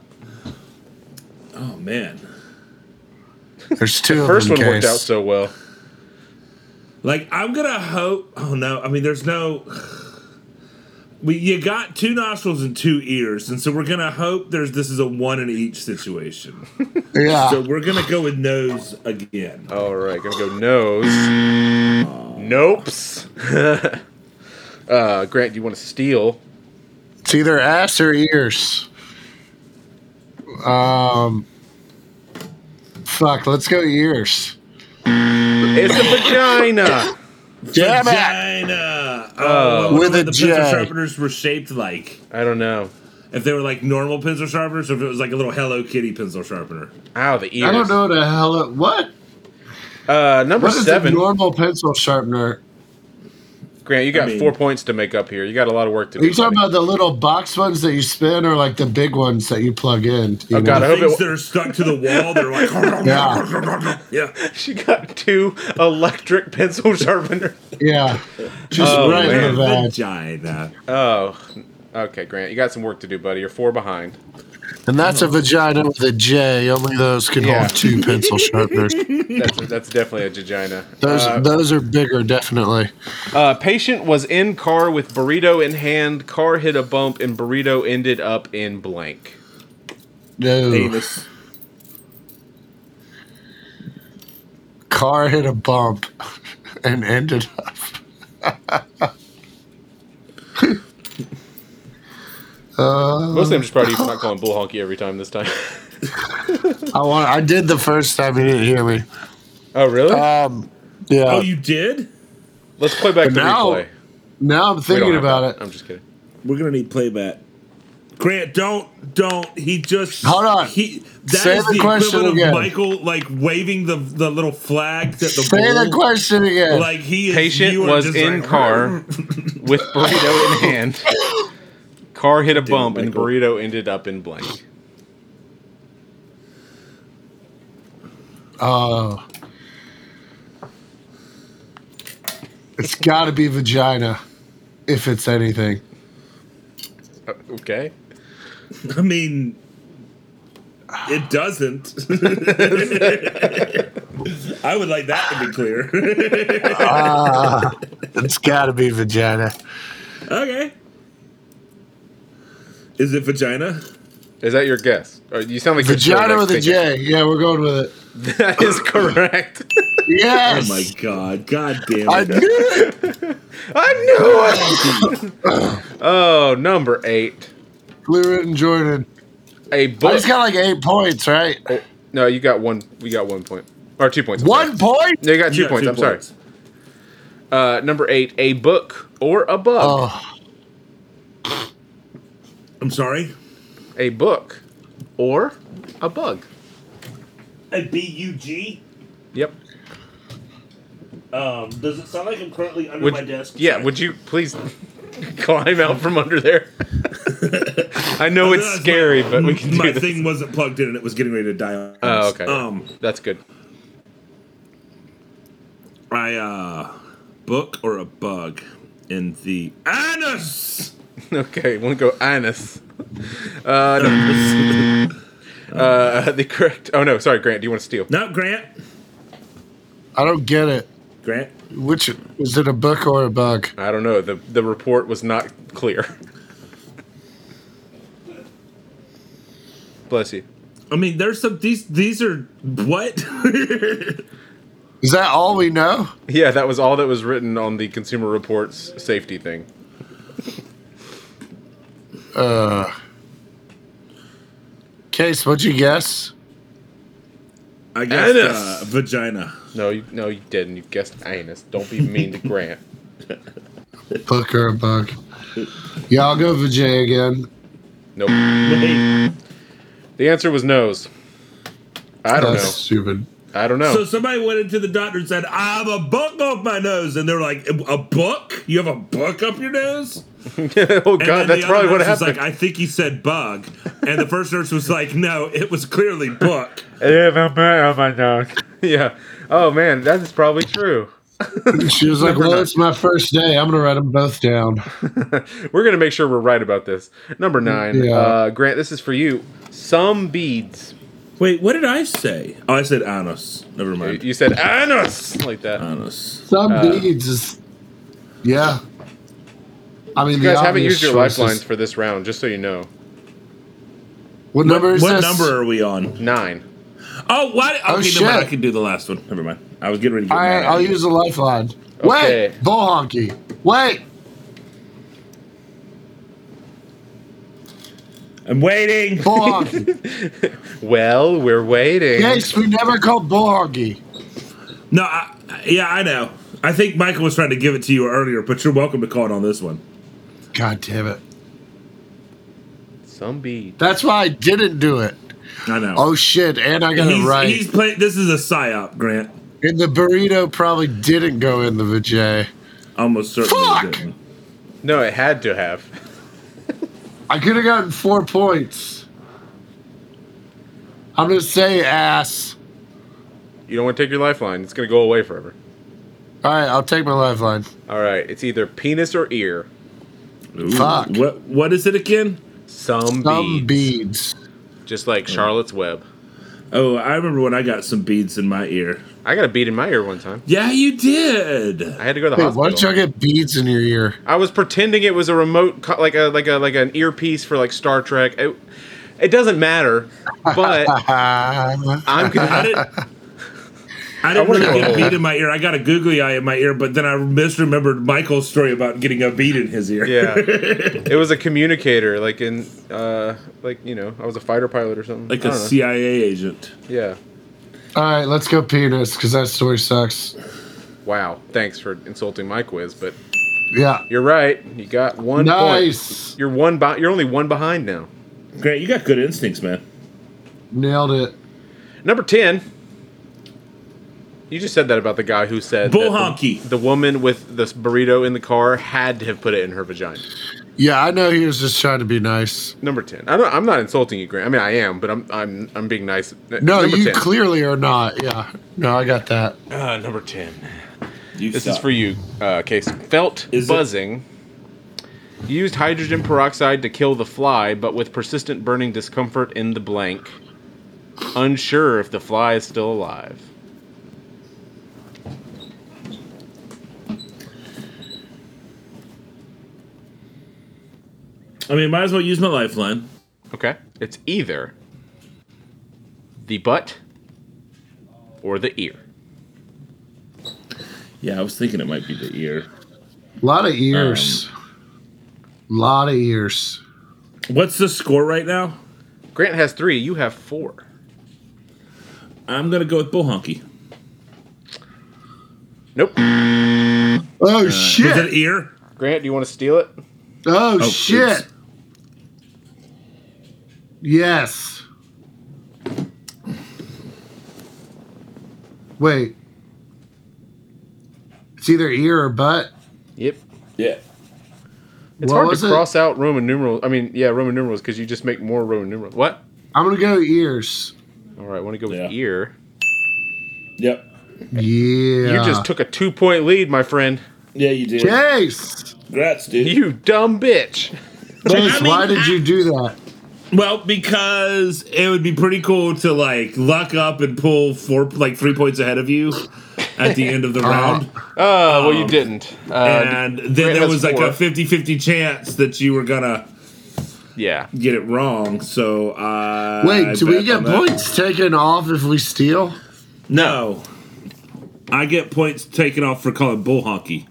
[SPEAKER 2] Oh, man.
[SPEAKER 3] There's two.
[SPEAKER 1] First
[SPEAKER 3] of
[SPEAKER 1] one
[SPEAKER 3] them
[SPEAKER 1] worked out
[SPEAKER 3] Oh, case.
[SPEAKER 1] so well.
[SPEAKER 2] Like, I'm going to hope. Oh, no. I mean, there's no. We, you got two nostrils and two ears, and so we're gonna hope there's this is a one in each situation.
[SPEAKER 3] Yeah.
[SPEAKER 2] So we're gonna go with nose again.
[SPEAKER 1] All right, gonna go nose. Nopes. uh, Grant, do you want to steal?
[SPEAKER 3] It's either ass or ears. Um, fuck. Let's go ears.
[SPEAKER 1] It's a vagina.
[SPEAKER 3] Damn it!
[SPEAKER 2] Vagina. Oh,
[SPEAKER 3] With
[SPEAKER 2] what
[SPEAKER 3] a
[SPEAKER 2] the
[SPEAKER 3] J.
[SPEAKER 2] pencil sharpeners were shaped like.
[SPEAKER 1] I don't know.
[SPEAKER 2] If they were like normal pencil sharpeners, or if it was like a little Hello Kitty pencil sharpener.
[SPEAKER 1] Ow, the ears.
[SPEAKER 3] I don't know what the hell. It, what?
[SPEAKER 1] Uh, number
[SPEAKER 3] What is a
[SPEAKER 1] seven.
[SPEAKER 3] normal pencil sharpener?
[SPEAKER 1] Grant, you got
[SPEAKER 2] mean-
[SPEAKER 1] four points to make up here. You got a lot of work to
[SPEAKER 3] Are
[SPEAKER 1] do.
[SPEAKER 3] you talking
[SPEAKER 1] buddy.
[SPEAKER 3] about the little box ones that you spin, or like the big ones that you plug in? you
[SPEAKER 1] Oh, God,
[SPEAKER 3] know?
[SPEAKER 1] I hope
[SPEAKER 2] Things
[SPEAKER 1] it-
[SPEAKER 2] that are stuck to the wall, they're like.
[SPEAKER 3] Yeah.
[SPEAKER 2] Yeah.
[SPEAKER 1] she got two electric pencil sharpeners.
[SPEAKER 3] yeah, just
[SPEAKER 1] Oh,
[SPEAKER 3] right in the
[SPEAKER 2] Vagina.
[SPEAKER 3] vag.
[SPEAKER 2] Vagina.
[SPEAKER 1] Oh, okay, Grant, you got some work to do, buddy. You're four behind.
[SPEAKER 3] And that's a vagina with a J. Only those can
[SPEAKER 1] Yeah.
[SPEAKER 3] hold two pencil sharpeners.
[SPEAKER 1] That's that's definitely a vagina.
[SPEAKER 3] Those those are bigger, definitely.
[SPEAKER 1] Uh, patient was in car with burrito in hand. Car hit a bump, and burrito ended up in blank.
[SPEAKER 3] No
[SPEAKER 2] Anus.
[SPEAKER 3] car hit a bump and ended up.
[SPEAKER 1] Mostly, I'm just proud of you for not calling bull honky every time this time.
[SPEAKER 3] I want. I did the first time you didn't hear me.
[SPEAKER 1] oh, really?
[SPEAKER 3] Um, yeah.
[SPEAKER 2] Oh, you did?
[SPEAKER 1] Let's play back the
[SPEAKER 3] but now-
[SPEAKER 1] replay.
[SPEAKER 3] now
[SPEAKER 1] We
[SPEAKER 3] I'm
[SPEAKER 1] don't
[SPEAKER 3] thinking
[SPEAKER 1] have
[SPEAKER 3] about
[SPEAKER 1] that.
[SPEAKER 3] it.
[SPEAKER 1] I'm just kidding.
[SPEAKER 2] We're gonna need playback. Grant, don't, don't. He just
[SPEAKER 3] Hold on.
[SPEAKER 2] He that is
[SPEAKER 3] Say the
[SPEAKER 2] the,
[SPEAKER 3] question
[SPEAKER 2] equivalent of
[SPEAKER 3] again.
[SPEAKER 2] Michael like waving the the little flag at the
[SPEAKER 3] Say the
[SPEAKER 2] bowl.
[SPEAKER 3] question again.
[SPEAKER 2] Like he is,
[SPEAKER 1] Patient
[SPEAKER 2] you are
[SPEAKER 1] was
[SPEAKER 2] just
[SPEAKER 1] in
[SPEAKER 2] like,
[SPEAKER 1] car with burrito in hand. Car hit a bump and
[SPEAKER 2] Michael.
[SPEAKER 1] burrito ended up in blank.
[SPEAKER 3] oh, it's got to be vagina, if it's anything.
[SPEAKER 1] Uh, Okay.
[SPEAKER 2] I mean, it doesn't. I would like that to be clear.
[SPEAKER 3] It's got to be vagina.
[SPEAKER 2] okay. Is it vagina?
[SPEAKER 1] Is that your guess? Or you sound like you're still
[SPEAKER 3] Vagina
[SPEAKER 1] like
[SPEAKER 3] with a
[SPEAKER 1] thinking.
[SPEAKER 3] J. Yeah, we're going with it.
[SPEAKER 1] That is correct.
[SPEAKER 2] Oh
[SPEAKER 3] Yes.
[SPEAKER 2] my god! God damn
[SPEAKER 3] I
[SPEAKER 2] it!
[SPEAKER 3] knew it.
[SPEAKER 1] I knew it. oh, number eight.
[SPEAKER 3] Blue and Jordan.
[SPEAKER 1] A
[SPEAKER 3] I
[SPEAKER 1] book.
[SPEAKER 3] just got like eight points, right?
[SPEAKER 1] Oh, no, you got one. We got one point or two points. I'm sorry.
[SPEAKER 3] One point.
[SPEAKER 1] No, you got two
[SPEAKER 2] Yeah,
[SPEAKER 1] points. I'm
[SPEAKER 2] points.
[SPEAKER 1] sorry. Uh, number eight, a book or a bug.
[SPEAKER 3] Oh,
[SPEAKER 2] I'm sorry.
[SPEAKER 1] A book or a bug.
[SPEAKER 4] A B U G.
[SPEAKER 1] Yep.
[SPEAKER 4] Um, does it sound like I'm currently under
[SPEAKER 1] Would-
[SPEAKER 4] my desk?
[SPEAKER 1] Yeah,
[SPEAKER 4] Sorry.
[SPEAKER 1] would you please climb out from under there? I know it's
[SPEAKER 2] That's
[SPEAKER 1] scary,
[SPEAKER 2] my-
[SPEAKER 1] but we can
[SPEAKER 2] My
[SPEAKER 1] do this.
[SPEAKER 2] thing wasn't plugged in and it was getting ready to die on.
[SPEAKER 1] Oh, okay.
[SPEAKER 2] Um,
[SPEAKER 1] That's good.
[SPEAKER 2] I uh, book or a bug in the anus.
[SPEAKER 1] Okay, we'll go anus. Uh, no. uh, the correct. Oh no, sorry, Grant. Do you want to steal?
[SPEAKER 2] No, Grant.
[SPEAKER 3] I don't get it.
[SPEAKER 2] Grant.
[SPEAKER 3] Which is it a book or a bug?
[SPEAKER 1] I don't know. The the report was not clear. Bless you.
[SPEAKER 2] I mean, there's some these these are what?
[SPEAKER 3] Is that all we know?
[SPEAKER 1] Yeah, that was all that was written on the consumer reports safety thing.
[SPEAKER 3] Uh, Case, what'd you guess?
[SPEAKER 2] I guess uh,
[SPEAKER 1] Anus.
[SPEAKER 2] vagina.
[SPEAKER 1] No, you, no, you didn't. You guessed anus. Don't be mean to Grant.
[SPEAKER 3] Book or a bug? Y'all go Vijay again.
[SPEAKER 1] Nope.
[SPEAKER 4] Wait,
[SPEAKER 1] The answer was nose. I don't
[SPEAKER 3] That's stupid.
[SPEAKER 1] know. I don't know.
[SPEAKER 2] So somebody went into the doctor and said, "I have a book off my nose," and they're like, "A book? You have a book up your
[SPEAKER 1] oh
[SPEAKER 2] nose?" And
[SPEAKER 1] god,
[SPEAKER 2] then the
[SPEAKER 1] that's
[SPEAKER 2] other
[SPEAKER 1] probably what
[SPEAKER 2] nurse was
[SPEAKER 1] happened.
[SPEAKER 2] Like, I think he said bug, and the first nurse was like, "No, it was clearly book."
[SPEAKER 1] yeah. Oh man, that is probably true.
[SPEAKER 3] She was like, "Well, it's my first day. I'm gonna write them both down."
[SPEAKER 1] We're gonna make sure we're right about this. Number nine,
[SPEAKER 3] Yeah.
[SPEAKER 1] uh, Grant. This is for you. Some beads.
[SPEAKER 2] Wait, what did I say? Oh, I said anus. Never
[SPEAKER 1] You
[SPEAKER 2] mind.
[SPEAKER 1] you said anus like that.
[SPEAKER 2] Anus.
[SPEAKER 3] Some
[SPEAKER 1] Uh,
[SPEAKER 3] beads is, yeah. I mean,
[SPEAKER 1] you
[SPEAKER 3] the
[SPEAKER 1] guys haven't
[SPEAKER 3] obvious
[SPEAKER 1] used your
[SPEAKER 3] choices-
[SPEAKER 1] lifelines for this round, just so you know.
[SPEAKER 3] What number is
[SPEAKER 2] What
[SPEAKER 3] this?
[SPEAKER 2] number are we on?
[SPEAKER 1] Nine.
[SPEAKER 2] Oh, what? Okay,
[SPEAKER 3] Oh,
[SPEAKER 2] never
[SPEAKER 3] shit.
[SPEAKER 2] mind. I can do the last one. Never mind. I was getting ready to get
[SPEAKER 3] All right,
[SPEAKER 2] mad at
[SPEAKER 3] I'll
[SPEAKER 2] you.
[SPEAKER 3] use the lifeline.
[SPEAKER 1] Okay.
[SPEAKER 3] Wait, bull honky. Wait,
[SPEAKER 2] I'm waiting.
[SPEAKER 3] bull honky.
[SPEAKER 1] Well, we're waiting.
[SPEAKER 3] Case, we never called bull honky.
[SPEAKER 2] No, I, yeah, I know. I think Michael was trying to give it to you earlier, but you're welcome to call it on this one.
[SPEAKER 3] God damn it!
[SPEAKER 1] Some beads.
[SPEAKER 3] That's why I didn't do it.
[SPEAKER 2] I know.
[SPEAKER 3] Oh shit! And I got
[SPEAKER 2] he's,
[SPEAKER 3] it right.
[SPEAKER 2] he's playing. This is a psyop, Grant.
[SPEAKER 3] And the burrito probably didn't go in the Vijay.
[SPEAKER 2] Almost certainly
[SPEAKER 3] Fuck!
[SPEAKER 2] didn't.
[SPEAKER 1] No, it had to have.
[SPEAKER 3] I could have gotten four points. I'm gonna say ass.
[SPEAKER 1] You don't want to take your lifeline. It's gonna go away forever.
[SPEAKER 3] All right, I'll take my lifeline.
[SPEAKER 1] All right. It's either penis or ear.
[SPEAKER 2] Ooh.
[SPEAKER 3] Fuck.
[SPEAKER 2] What? What is it again?
[SPEAKER 1] Some,
[SPEAKER 3] Some
[SPEAKER 1] beads.
[SPEAKER 3] beads.
[SPEAKER 1] Just like Charlotte's Web.
[SPEAKER 2] Oh, I remember when I got some beads in my ear.
[SPEAKER 1] I got a bead in my ear one time.
[SPEAKER 2] Yeah, you did.
[SPEAKER 1] I had to go to the
[SPEAKER 3] Wait, why don't
[SPEAKER 1] hospital.
[SPEAKER 3] y'all get beads in your ear?
[SPEAKER 1] I was pretending it was a remote, co- like a like a like an earpiece for like Star Trek. It, it doesn't matter, but
[SPEAKER 3] Ah,
[SPEAKER 1] I'm
[SPEAKER 2] I
[SPEAKER 1] con-
[SPEAKER 2] didn't. I didn't
[SPEAKER 1] wouldn't
[SPEAKER 2] really get
[SPEAKER 1] know.
[SPEAKER 2] a bead in my ear. I got a googly eye in my ear, but then I misremembered Michael's story about getting a bead in his ear.
[SPEAKER 1] yeah. It was a communicator, like in uh, like you know, I was a fighter pilot or something.
[SPEAKER 2] like
[SPEAKER 1] I
[SPEAKER 2] a
[SPEAKER 1] don't know.
[SPEAKER 2] CIA agent.
[SPEAKER 1] yeah.
[SPEAKER 3] all right, let's go penis because that story sucks.
[SPEAKER 1] Wow. Thanks for insulting my quiz, but
[SPEAKER 3] Yeah.
[SPEAKER 1] you're right. You got one point.
[SPEAKER 3] Nice.
[SPEAKER 1] You're one. By- you're only one behind now.
[SPEAKER 2] Grant, you got good instincts, man.
[SPEAKER 3] Nailed it.
[SPEAKER 1] Number ten. You just said that about the guy who said that
[SPEAKER 2] Bull
[SPEAKER 1] the-
[SPEAKER 2] honky.
[SPEAKER 1] The woman with the burrito in the car had to have put it in her vagina.
[SPEAKER 3] Yeah, I know he was just trying to be nice.
[SPEAKER 1] Number ten. I don't, I'm not insulting you, Grant. I mean, I am, but I'm I'm I'm being nice. N-
[SPEAKER 3] No,
[SPEAKER 1] number
[SPEAKER 3] you
[SPEAKER 1] 10.
[SPEAKER 3] clearly are not. Yeah. No, I got that.
[SPEAKER 1] Uh, number ten.
[SPEAKER 2] You
[SPEAKER 1] This is
[SPEAKER 2] suck.
[SPEAKER 1] for you, uh, Case. Felt
[SPEAKER 2] Is it-
[SPEAKER 1] buzzing. Used hydrogen peroxide to kill the fly, but with persistent burning discomfort in the blank. Unsure if the fly is still alive.
[SPEAKER 2] I mean, might as well use my lifeline.
[SPEAKER 1] Okay. It's either the butt or the ear.
[SPEAKER 2] Yeah, I was thinking it might be the ear.
[SPEAKER 3] A lot of
[SPEAKER 1] Um,
[SPEAKER 3] ears. A lot of ears.
[SPEAKER 2] What's the score right now?
[SPEAKER 1] Grant has three. You have four.
[SPEAKER 2] I'm gonna go with Bull Honky.
[SPEAKER 1] Nope.
[SPEAKER 3] Oh
[SPEAKER 2] Is
[SPEAKER 3] shit!
[SPEAKER 2] it ear?
[SPEAKER 1] Grant, do you want to steal it?
[SPEAKER 3] oh
[SPEAKER 2] oops.
[SPEAKER 3] shit! Yes. Wait. It's either ear or butt.
[SPEAKER 1] Yep.
[SPEAKER 2] Yeah.
[SPEAKER 1] It's
[SPEAKER 3] What
[SPEAKER 1] hard
[SPEAKER 3] was
[SPEAKER 1] to
[SPEAKER 3] it?
[SPEAKER 1] cross out Roman numerals. I mean, yeah, Roman numerals because you just make more Roman numerals. What?
[SPEAKER 3] I'm gonna go ears.
[SPEAKER 1] All right, I want to go with
[SPEAKER 2] Yeah.
[SPEAKER 1] ear.
[SPEAKER 2] Yep.
[SPEAKER 3] Yeah.
[SPEAKER 1] You just took a two point lead, my friend.
[SPEAKER 2] Yeah, you did.
[SPEAKER 3] Jace.
[SPEAKER 2] Congrats, dude.
[SPEAKER 1] You dumb bitch.
[SPEAKER 3] Jace,
[SPEAKER 2] I mean,
[SPEAKER 3] why did you do that?
[SPEAKER 2] Well, because it would be pretty cool to like luck up and pull four, like three points ahead of you at the end of the round,
[SPEAKER 1] Oh, well, you didn't. Uh,
[SPEAKER 2] and then there
[SPEAKER 1] that's
[SPEAKER 2] was like
[SPEAKER 1] four.
[SPEAKER 2] a 50-50 chance that you were gonna
[SPEAKER 1] yeah.
[SPEAKER 2] get it wrong. So uh, I
[SPEAKER 3] Wait, do we
[SPEAKER 2] bet on
[SPEAKER 3] get
[SPEAKER 2] that.
[SPEAKER 3] points taken off if we steal?
[SPEAKER 2] No, I get points taken off for calling bull honky.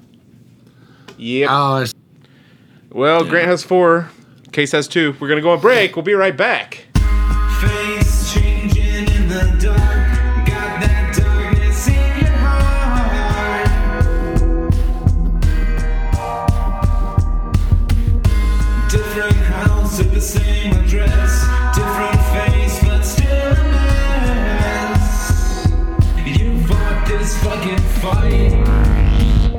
[SPEAKER 1] Yep.
[SPEAKER 3] Oh, I s-
[SPEAKER 1] well, Grant has four. Case has two. We're going to go on break. We'll be right back.
[SPEAKER 5] Face changing in the dark. Got that darkness in your heart. Different house with the same address. Different face, but still a mess. You fought this fucking fight.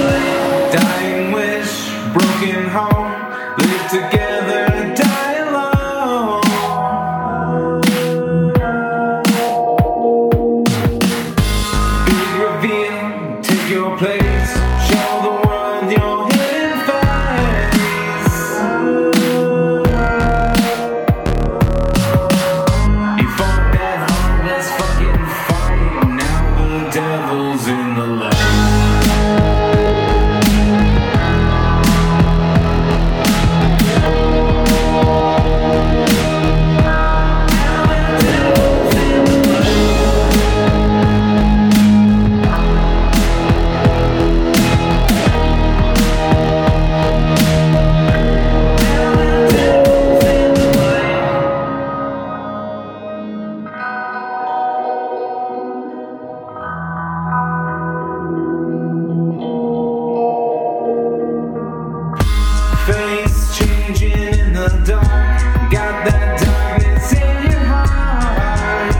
[SPEAKER 5] Dying wish, broken home. Live together, die alone. Big reveal, take your place. Show the world your hidden face. You fought that heartless fucking fight. Now the devil's in the light. Face changing in the dark. Got that darkness in your heart.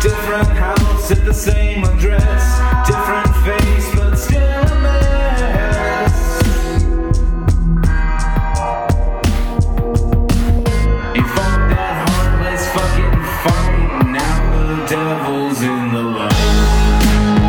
[SPEAKER 5] Different house at the same address. Different face, but still a mess. You fought that heartless fucking fight. Now the devil's in the light.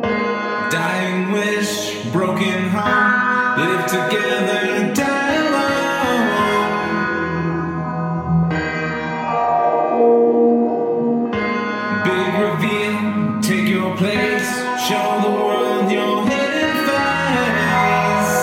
[SPEAKER 5] Dying wish, broken home, live together, die alone. Big reveal, take your place, show the world your hidden face.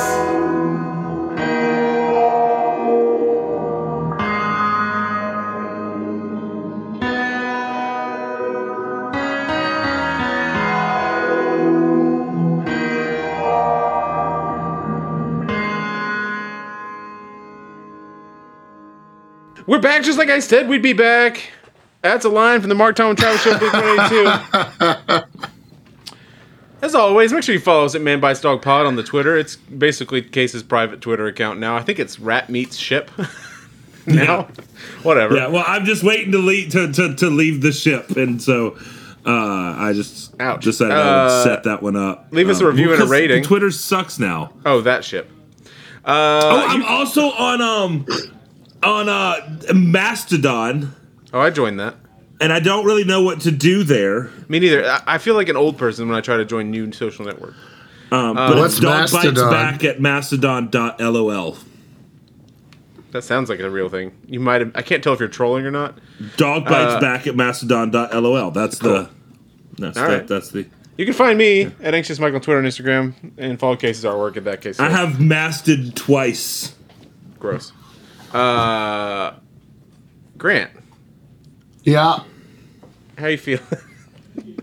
[SPEAKER 1] We're back just like I said we'd be back. That's a line from the Mark Tom and Travis Show Big 182. As always, make sure you follow us at Man Bites Dog Pod on the Twitter. It's basically Case's private Twitter account now. I think it's Rat Meets Ship now. Whatever.
[SPEAKER 2] Yeah, well, I'm just waiting to leave to, to, to leave the ship, and so Uh, I just
[SPEAKER 1] Ouch.
[SPEAKER 2] decided I would
[SPEAKER 1] Uh,
[SPEAKER 2] set that one up. Uh,
[SPEAKER 1] leave us a review and a
[SPEAKER 2] 'cause
[SPEAKER 1] rating.
[SPEAKER 2] Twitter sucks now.
[SPEAKER 1] Oh, that ship. Uh,
[SPEAKER 2] oh, I'm also on um on uh Mastodon,
[SPEAKER 1] Oh, I joined that.
[SPEAKER 2] and I don't really know what to do there.
[SPEAKER 1] Me neither. I- I feel like an old person when I try to join new social network.
[SPEAKER 2] Um,
[SPEAKER 1] Uh,
[SPEAKER 2] but
[SPEAKER 3] What's
[SPEAKER 2] it's dog bites
[SPEAKER 3] Mastodon?
[SPEAKER 2] back at mastodon.lol.
[SPEAKER 1] That sounds like a real thing. You might have. I can't tell if you're trolling or not.
[SPEAKER 2] Dog bites
[SPEAKER 1] Uh,
[SPEAKER 2] back at mastodon.lol. That's the that's
[SPEAKER 1] All
[SPEAKER 2] the,
[SPEAKER 1] right.
[SPEAKER 2] that's the
[SPEAKER 1] You can find me at Anxious Mike on Twitter and Instagram, and Fall Cases artwork at that case.
[SPEAKER 2] I have masted twice.
[SPEAKER 1] gross. Uh, Grant,
[SPEAKER 3] Yeah,
[SPEAKER 1] how you feeling?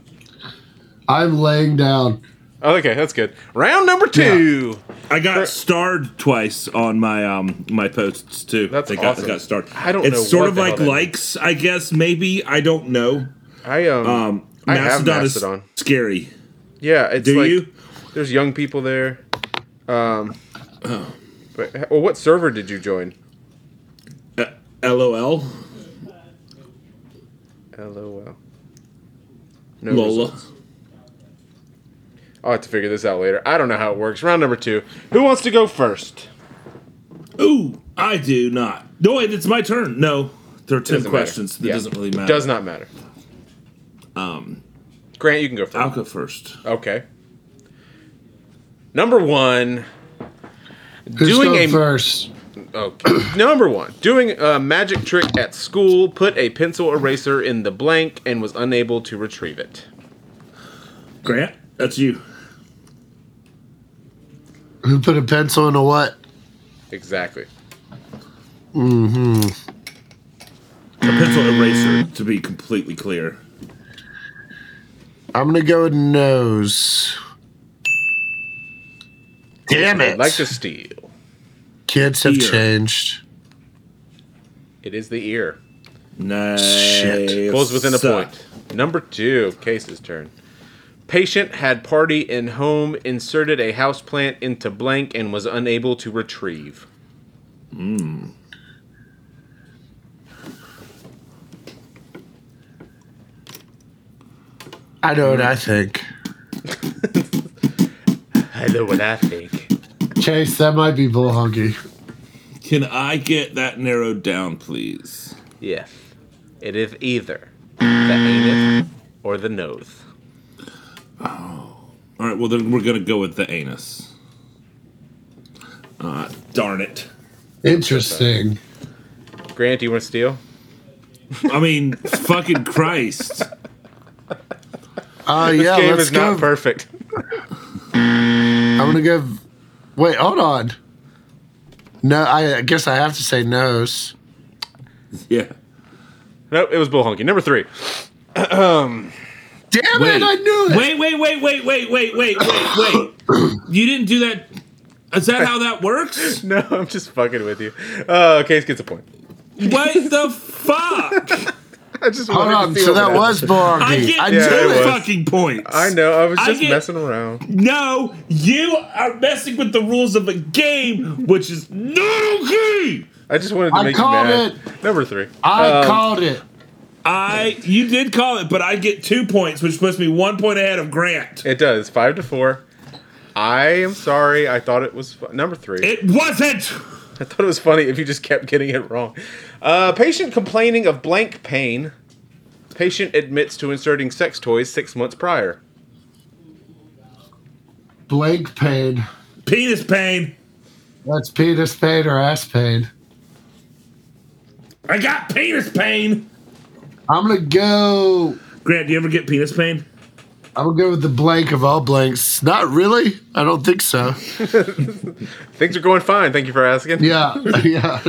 [SPEAKER 3] I'm laying down.
[SPEAKER 1] oh, okay, that's good. Round number two.
[SPEAKER 2] I got starred twice on my um my posts too.
[SPEAKER 1] That's
[SPEAKER 2] they got,
[SPEAKER 1] awesome.
[SPEAKER 2] They got starred.
[SPEAKER 1] I don't
[SPEAKER 2] it's
[SPEAKER 1] know
[SPEAKER 2] It's sort
[SPEAKER 1] what
[SPEAKER 2] of
[SPEAKER 1] the hell
[SPEAKER 2] like
[SPEAKER 1] that
[SPEAKER 2] likes, I guess. Maybe I don't know.
[SPEAKER 1] I um,
[SPEAKER 2] Um,
[SPEAKER 1] I have
[SPEAKER 2] Mastodon,
[SPEAKER 1] Mastodon.
[SPEAKER 2] is scary.
[SPEAKER 1] yeah, it's
[SPEAKER 2] Do
[SPEAKER 1] like
[SPEAKER 2] you?
[SPEAKER 1] there's young people there. Um, but, well, what server did you join?
[SPEAKER 2] Uh, LOL.
[SPEAKER 1] LOL. No
[SPEAKER 2] Lola.
[SPEAKER 1] results. I'll have to figure this out later. I don't know how it works. Round number two. Who wants to go first?
[SPEAKER 2] Ooh, I do not. No, wait, it's my turn. No, there are ten
[SPEAKER 1] Doesn't matter.
[SPEAKER 2] questions. That
[SPEAKER 1] Yeah.
[SPEAKER 2] doesn't really matter.
[SPEAKER 1] Does not matter.
[SPEAKER 2] Um,
[SPEAKER 1] Grant, you can go first.
[SPEAKER 2] I'll go first.
[SPEAKER 1] Okay. Number one.
[SPEAKER 3] Who's
[SPEAKER 1] doing
[SPEAKER 3] going
[SPEAKER 1] a
[SPEAKER 3] first?
[SPEAKER 1] okay. Number one, doing a magic trick at school, put a pencil eraser in the blank and was unable to retrieve it.
[SPEAKER 2] Grant, that's you.
[SPEAKER 3] Who put a pencil in a what?
[SPEAKER 1] Exactly.
[SPEAKER 2] A pencil eraser, to be completely clear.
[SPEAKER 3] I'm gonna go with nose. Damn
[SPEAKER 1] I'd like to steal.
[SPEAKER 3] Kids have
[SPEAKER 2] Ear.
[SPEAKER 3] changed.
[SPEAKER 1] It is the ear.
[SPEAKER 2] Nice.
[SPEAKER 3] Shit.
[SPEAKER 1] Pulls within a
[SPEAKER 2] Suck.
[SPEAKER 1] point. Number two, case's turn. Patient had party in home, inserted a houseplant into blank, and was unable to retrieve.
[SPEAKER 3] I know what I think.
[SPEAKER 1] I know what I think.
[SPEAKER 3] Chase, that might be bull honky.
[SPEAKER 2] Can I get that narrowed down, please?
[SPEAKER 1] Yes. It is either the anus or the nose.
[SPEAKER 2] All right. Well, then we're gonna go with the anus. Ah, darn it.
[SPEAKER 3] Interesting.
[SPEAKER 1] Grant, do you want to steal?
[SPEAKER 2] I mean, fucking Christ.
[SPEAKER 3] Oh yeah,
[SPEAKER 1] Game
[SPEAKER 3] let's
[SPEAKER 1] is not
[SPEAKER 3] go.
[SPEAKER 1] perfect.
[SPEAKER 3] I'm gonna go. Wait, hold on. No, I, I guess I have to say nose.
[SPEAKER 2] Yeah.
[SPEAKER 1] Nope, it was bull honky. Number three.
[SPEAKER 3] Damn it! I knew it.
[SPEAKER 2] Wait, wait, wait, wait, wait, wait, wait, wait, wait. You didn't do that. Is that how that works?
[SPEAKER 1] No, I'm just fucking with you. Uh, Case gets a point.
[SPEAKER 2] What the fuck?
[SPEAKER 1] I just
[SPEAKER 3] hold
[SPEAKER 1] wanted to
[SPEAKER 3] on.
[SPEAKER 1] steal
[SPEAKER 3] So that
[SPEAKER 1] that.
[SPEAKER 3] was bull
[SPEAKER 2] I
[SPEAKER 3] honky.
[SPEAKER 2] get
[SPEAKER 3] I,
[SPEAKER 1] Yeah,
[SPEAKER 2] two
[SPEAKER 1] it
[SPEAKER 3] knew
[SPEAKER 1] was.
[SPEAKER 3] it.
[SPEAKER 2] fucking points.
[SPEAKER 1] I know. I was
[SPEAKER 2] I
[SPEAKER 1] just
[SPEAKER 2] get-
[SPEAKER 1] messing around.
[SPEAKER 2] No, you are messing with the rules of a game, which is not okay.
[SPEAKER 1] I just wanted to
[SPEAKER 3] I
[SPEAKER 1] make you
[SPEAKER 3] called
[SPEAKER 1] mad. Number three.
[SPEAKER 3] I
[SPEAKER 1] Um,
[SPEAKER 3] called it.
[SPEAKER 2] I you did call it, but I get two points, which puts me one point ahead of Grant.
[SPEAKER 1] It does five to four. I am sorry. I thought it was fu- number three.
[SPEAKER 2] It wasn't.
[SPEAKER 1] I thought it was funny if you just kept getting it wrong. Uh, patient complaining of blank pain. Patient admits to inserting sex toys six months prior.
[SPEAKER 3] Blank pain.
[SPEAKER 2] Penis pain.
[SPEAKER 3] That's penis pain or ass pain.
[SPEAKER 2] I got penis pain.
[SPEAKER 3] I'm gonna go.
[SPEAKER 2] Grant, do you ever get penis pain?
[SPEAKER 3] I'm gonna go with the blank of all blanks. Not really. I don't think so.
[SPEAKER 1] Things are going fine. Thank you for asking.
[SPEAKER 3] Yeah, yeah.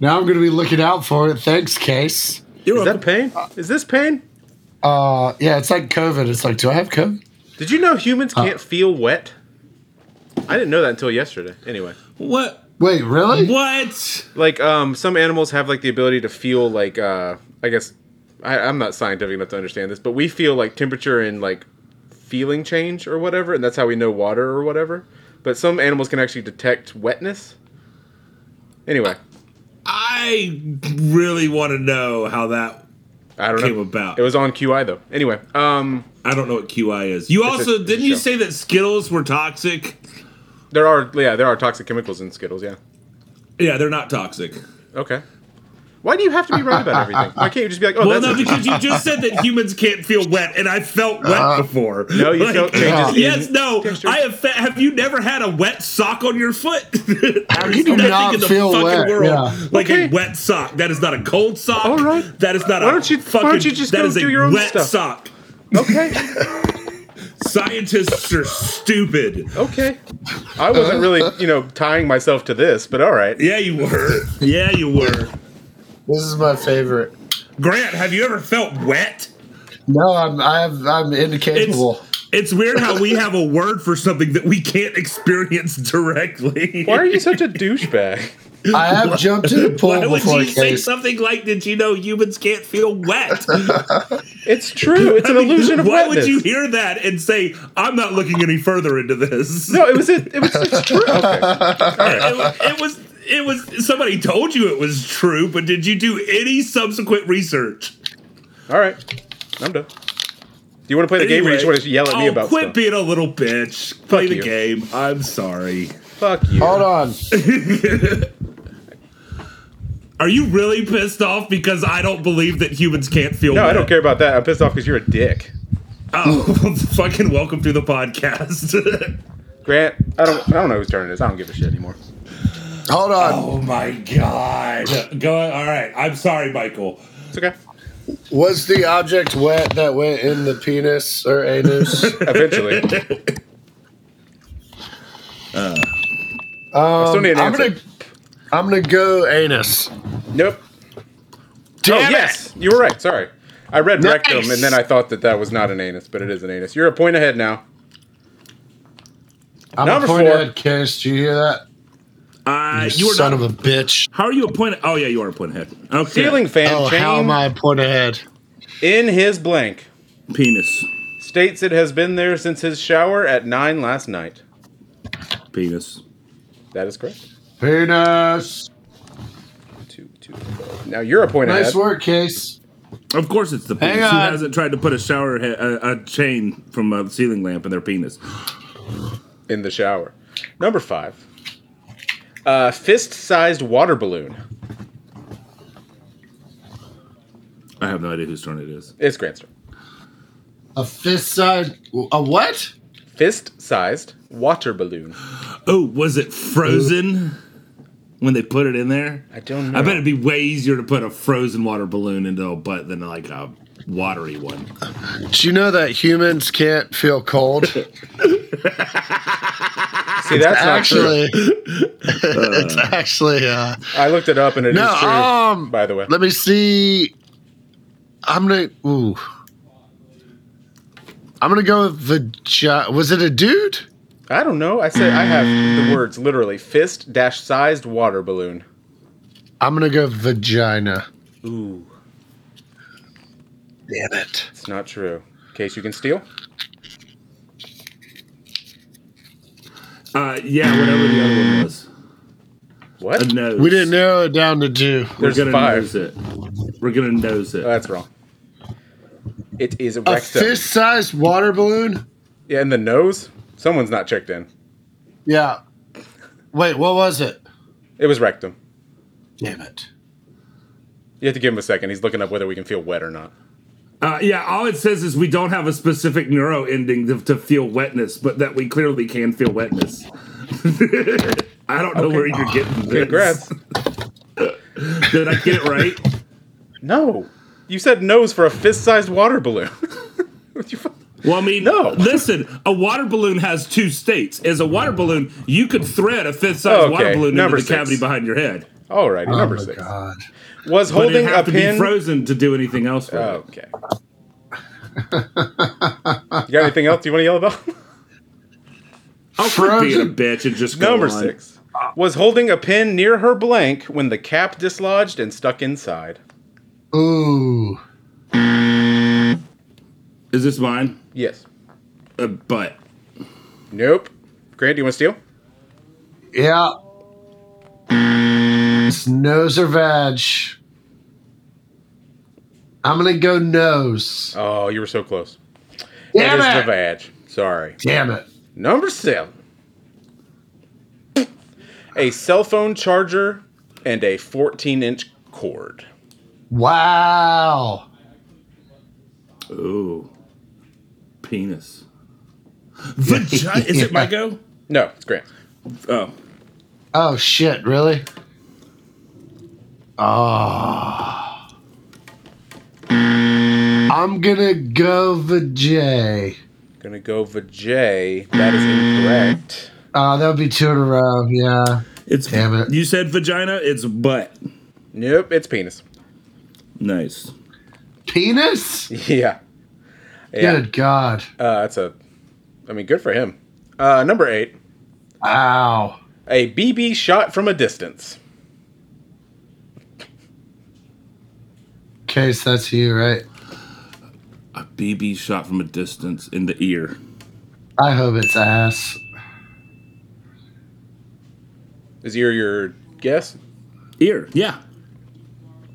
[SPEAKER 3] Now I'm gonna be looking out for it. Thanks, Case.
[SPEAKER 2] You're
[SPEAKER 1] Is that pain? Is this pain?
[SPEAKER 3] Uh, yeah, it's like COVID. It's like, do I have COVID?
[SPEAKER 1] Did you know humans can't feel wet? I didn't know that until yesterday. Anyway,
[SPEAKER 2] what?
[SPEAKER 3] Wait, really?
[SPEAKER 2] What?
[SPEAKER 1] like um, some animals have like the ability to feel like uh, I guess I, I'm not scientific enough to understand this, but we feel like temperature and like feeling change or whatever, and that's how we know water or whatever. But some animals can actually detect wetness. Anyway,
[SPEAKER 2] I really want to know how that
[SPEAKER 1] I don't know.
[SPEAKER 2] Came about.
[SPEAKER 1] It was on QI though. Anyway, um,
[SPEAKER 2] I don't know what QI is. You
[SPEAKER 1] a-
[SPEAKER 2] also
[SPEAKER 1] it's a
[SPEAKER 2] didn't you
[SPEAKER 1] show.
[SPEAKER 2] say that Skittles were toxic?
[SPEAKER 1] there are yeah there are toxic chemicals in Skittles. Yeah.
[SPEAKER 2] Yeah, they're not toxic.
[SPEAKER 1] Okay. Why do you have to be right about everything? Why can't you just be like, oh,
[SPEAKER 2] Well,
[SPEAKER 1] that's
[SPEAKER 2] no,
[SPEAKER 1] it.
[SPEAKER 2] because you just said that humans can't feel wet, and I felt wet before.
[SPEAKER 1] Uh-huh. No, you felt changes in
[SPEAKER 2] Yes, no,
[SPEAKER 1] texture.
[SPEAKER 2] I have. Fe- have you never had a wet sock on your foot? There's
[SPEAKER 3] do
[SPEAKER 2] nothing
[SPEAKER 3] not feel wet, yeah.
[SPEAKER 2] like
[SPEAKER 1] Okay.
[SPEAKER 2] a wet sock. That is not a cold sock.
[SPEAKER 1] All right.
[SPEAKER 2] that is not
[SPEAKER 1] Why
[SPEAKER 2] a
[SPEAKER 1] don't you- why
[SPEAKER 2] fucking.
[SPEAKER 1] don't you just
[SPEAKER 2] that
[SPEAKER 1] go
[SPEAKER 2] is a
[SPEAKER 1] do your own
[SPEAKER 2] wet
[SPEAKER 1] stuff?
[SPEAKER 2] sock.
[SPEAKER 1] okay.
[SPEAKER 2] Scientists are stupid.
[SPEAKER 1] Okay. I wasn't really, you know, tying myself to this, but all right.
[SPEAKER 2] Yeah, you were. Yeah, you were.
[SPEAKER 3] This is my favorite.
[SPEAKER 2] Grant, have you ever felt wet?
[SPEAKER 3] No, I'm I'm, I'm incapable.
[SPEAKER 2] It's weird how we have a word for something that we can't experience directly.
[SPEAKER 1] Why are you such a douchebag?
[SPEAKER 3] I have jumped in the
[SPEAKER 2] Why
[SPEAKER 3] pool
[SPEAKER 2] would
[SPEAKER 3] before,
[SPEAKER 2] you say
[SPEAKER 3] Case.
[SPEAKER 2] something like, "Did you know humans can't feel wet"?
[SPEAKER 1] It's true. It's an illusion of
[SPEAKER 2] Why
[SPEAKER 1] wetness.
[SPEAKER 2] would you hear that and say, "I'm not looking any further into this"?
[SPEAKER 1] no, it was a, it was it's true. Okay.
[SPEAKER 2] it, it was. It was somebody told you it was true, but did you do any subsequent research?
[SPEAKER 1] All right. I'm done. Do you want to play the game or you just
[SPEAKER 2] Anyway,
[SPEAKER 1] want to yell at me
[SPEAKER 2] oh,
[SPEAKER 1] about
[SPEAKER 2] quit
[SPEAKER 1] stuff?
[SPEAKER 2] being a little bitch. Play the
[SPEAKER 1] you.
[SPEAKER 2] game. I'm sorry.
[SPEAKER 1] Fuck you.
[SPEAKER 3] Hold on.
[SPEAKER 2] Are you really pissed off because I don't believe that humans can't feel?
[SPEAKER 1] No,
[SPEAKER 2] wet?
[SPEAKER 1] I don't care about that. I'm pissed off because you're a dick.
[SPEAKER 2] Oh, fucking welcome to the podcast.
[SPEAKER 1] Grant, I don't I don't know whose turn it is. I don't give a shit anymore.
[SPEAKER 3] Hold on.
[SPEAKER 2] oh my god. Go all right. I'm sorry, Michael.
[SPEAKER 1] It's okay.
[SPEAKER 3] Was the object wet that went in the penis or anus?
[SPEAKER 1] Eventually.
[SPEAKER 3] Um,
[SPEAKER 1] still need an
[SPEAKER 3] I'm
[SPEAKER 1] answer.
[SPEAKER 3] gonna I'm gonna go anus.
[SPEAKER 1] nope.
[SPEAKER 3] Damn
[SPEAKER 1] oh,
[SPEAKER 3] it.
[SPEAKER 1] yes. You were right. Sorry. I read rectum and then I thought that that was not an anus, but it is an anus. You're a point ahead now.
[SPEAKER 3] I'm
[SPEAKER 1] Number
[SPEAKER 3] a point
[SPEAKER 1] four.
[SPEAKER 3] ahead, Case. Do you hear that?
[SPEAKER 2] Uh, you
[SPEAKER 3] you
[SPEAKER 2] are
[SPEAKER 3] son
[SPEAKER 2] not,
[SPEAKER 3] of a bitch.
[SPEAKER 2] How are you a point? Oh yeah, you are a point ahead. Okay.
[SPEAKER 1] Ceiling fan
[SPEAKER 3] Oh,
[SPEAKER 1] chain
[SPEAKER 3] how am I a point ahead?
[SPEAKER 1] in his blank
[SPEAKER 2] penis,
[SPEAKER 1] states it has been there since his shower at nine last night.
[SPEAKER 2] penis.
[SPEAKER 1] That is correct.
[SPEAKER 3] Penis.
[SPEAKER 1] Two, two. Now you're a point
[SPEAKER 3] Nice
[SPEAKER 1] ahead.
[SPEAKER 3] work, Case.
[SPEAKER 2] Of course, it's the penis.
[SPEAKER 3] Hang
[SPEAKER 2] Who
[SPEAKER 3] on.
[SPEAKER 2] hasn't tried to put a shower he- a, a chain from a ceiling lamp in their penis?
[SPEAKER 1] in the shower. Number five, uh, fist-sized water balloon.
[SPEAKER 2] I have no idea whose turn it is.
[SPEAKER 1] It's Grant's turn.
[SPEAKER 3] A fist side. A what?
[SPEAKER 1] Fist-sized water balloon.
[SPEAKER 2] Oh, was it frozen when they put it in there?
[SPEAKER 1] I don't know.
[SPEAKER 2] I bet it'd be way easier to put a frozen water balloon into a butt than like a watery one.
[SPEAKER 3] Do you know that humans can't feel cold?
[SPEAKER 1] See, that's not
[SPEAKER 3] actually, it's actually. Uh,
[SPEAKER 1] true. I looked it up, and it is
[SPEAKER 3] No,
[SPEAKER 1] true.
[SPEAKER 3] um,
[SPEAKER 1] by the way,
[SPEAKER 3] let me see. I'm gonna. Ooh. I'm gonna go with vagina. Was it a dude?
[SPEAKER 1] I don't know. I said I have the words literally: fist-sized water balloon.
[SPEAKER 3] I'm gonna go vagina.
[SPEAKER 1] Ooh,
[SPEAKER 3] Damn it.
[SPEAKER 1] it's not true. Case you can steal.
[SPEAKER 2] Uh, yeah, whatever the other one was.
[SPEAKER 1] What?
[SPEAKER 2] A nose.
[SPEAKER 3] We didn't narrow it down to two.
[SPEAKER 2] We're
[SPEAKER 1] There's
[SPEAKER 2] gonna
[SPEAKER 1] five.
[SPEAKER 2] nose it. We're gonna nose it.
[SPEAKER 1] Oh, that's wrong. It is
[SPEAKER 3] A
[SPEAKER 1] rectum.
[SPEAKER 3] fist sized water balloon?
[SPEAKER 1] Yeah, and the nose. Someone's not checked in.
[SPEAKER 3] Yeah. Wait, what was it?
[SPEAKER 1] It was rectum.
[SPEAKER 3] Damn it.
[SPEAKER 1] You have to give him a second. He's looking up whether we can feel wet or not.
[SPEAKER 2] Uh, yeah, all it says is we don't have a specific neuro ending to, to feel wetness, but that we clearly can feel wetness. I don't know where you're getting
[SPEAKER 1] Congrats.
[SPEAKER 2] this. Did I get it right?
[SPEAKER 1] No. You said nose for a fist-sized water balloon. What you fu-
[SPEAKER 2] Well, I mean,
[SPEAKER 1] No.
[SPEAKER 2] Listen, a water balloon has two states. As a water balloon, you could thread a fifth-size
[SPEAKER 1] Okay,
[SPEAKER 2] water balloon into
[SPEAKER 1] number
[SPEAKER 2] the
[SPEAKER 1] six.
[SPEAKER 2] cavity behind your head,
[SPEAKER 1] Alrighty,
[SPEAKER 3] Oh
[SPEAKER 1] number
[SPEAKER 3] my
[SPEAKER 1] six.
[SPEAKER 3] god.
[SPEAKER 1] Was
[SPEAKER 2] but it'd
[SPEAKER 1] holding a
[SPEAKER 2] have to be
[SPEAKER 1] pin. Oh.
[SPEAKER 2] frozen to do anything else. With it.
[SPEAKER 1] okay. you got anything else you want to yell about?
[SPEAKER 2] I'll quit being a
[SPEAKER 3] Frozen-
[SPEAKER 2] bitch and just go
[SPEAKER 1] number
[SPEAKER 2] on.
[SPEAKER 1] six. Was holding a pin near her blank when the cap dislodged and stuck inside.
[SPEAKER 3] Ooh.
[SPEAKER 2] Is this mine?
[SPEAKER 1] Yes.
[SPEAKER 2] A butt.
[SPEAKER 1] Nope. Grant, do you want to steal?
[SPEAKER 3] Yeah. It's nose or vag. I'm gonna go nose.
[SPEAKER 1] Oh, you were so close.
[SPEAKER 3] Damn
[SPEAKER 1] it is
[SPEAKER 3] it!
[SPEAKER 1] the badge. Sorry.
[SPEAKER 3] Damn it!
[SPEAKER 1] Number seven. A cell phone charger and a 14 inch cord.
[SPEAKER 3] Wow.
[SPEAKER 2] Ooh. Penis. Vagina. Is it my go?
[SPEAKER 1] No, it's Grant.
[SPEAKER 2] Oh.
[SPEAKER 3] Oh shit! Really? Oh. I'm gonna go Vijay.
[SPEAKER 1] Gonna go Vijay. That is incorrect.
[SPEAKER 3] Oh, that would be two in a row. Yeah.
[SPEAKER 2] It's
[SPEAKER 3] Damn it.
[SPEAKER 2] you said vagina, it's butt.
[SPEAKER 1] Nope, it's penis.
[SPEAKER 2] Nice.
[SPEAKER 3] Penis?
[SPEAKER 1] Yeah. Yeah.
[SPEAKER 3] Good God.
[SPEAKER 1] Uh, that's a. I mean, good for him. Uh, number eight.
[SPEAKER 3] Ow.
[SPEAKER 1] A BB shot from a distance.
[SPEAKER 3] Case, that's you, right?
[SPEAKER 2] A BB shot from a distance in the ear.
[SPEAKER 3] I hope it's ass.
[SPEAKER 1] Is your your guess?
[SPEAKER 2] Ear, yeah.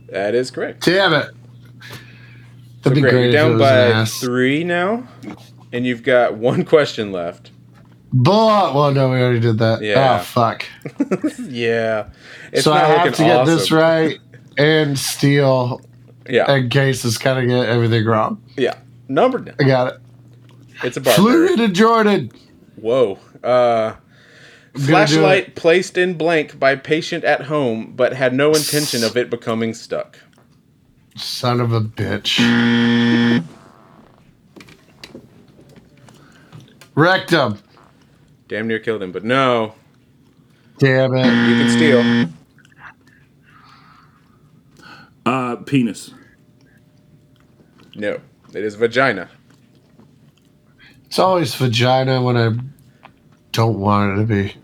[SPEAKER 1] That is correct.
[SPEAKER 3] Damn it. That'd be
[SPEAKER 1] Great.
[SPEAKER 3] great.
[SPEAKER 1] You're
[SPEAKER 3] if it
[SPEAKER 1] down
[SPEAKER 3] was an
[SPEAKER 1] by
[SPEAKER 3] ass.
[SPEAKER 1] three now, and you've got one question left.
[SPEAKER 3] Bull. Well, no, we already did that.
[SPEAKER 1] Yeah.
[SPEAKER 3] Oh, fuck.
[SPEAKER 1] Yeah, it's
[SPEAKER 3] so I
[SPEAKER 1] not
[SPEAKER 3] have
[SPEAKER 1] looking
[SPEAKER 3] to get this
[SPEAKER 1] awesome.
[SPEAKER 3] right and steal.
[SPEAKER 1] Yeah,
[SPEAKER 3] And Case is kind of get everything wrong.
[SPEAKER 1] yeah. Number nine.
[SPEAKER 3] I got it.
[SPEAKER 1] It's a barber.
[SPEAKER 3] Flew into Jordan.
[SPEAKER 1] Whoa. Uh,
[SPEAKER 3] I'm gonna do it.
[SPEAKER 1] flashlight placed in blank by patient at home, but had no intention of it becoming stuck.
[SPEAKER 3] Son of a bitch. Rectum.
[SPEAKER 1] Damn near killed him, but no,
[SPEAKER 3] Damn it.
[SPEAKER 1] you can steal.
[SPEAKER 2] Uh penis.
[SPEAKER 1] No, it is vagina.
[SPEAKER 3] It's always vagina when I don't want it to be.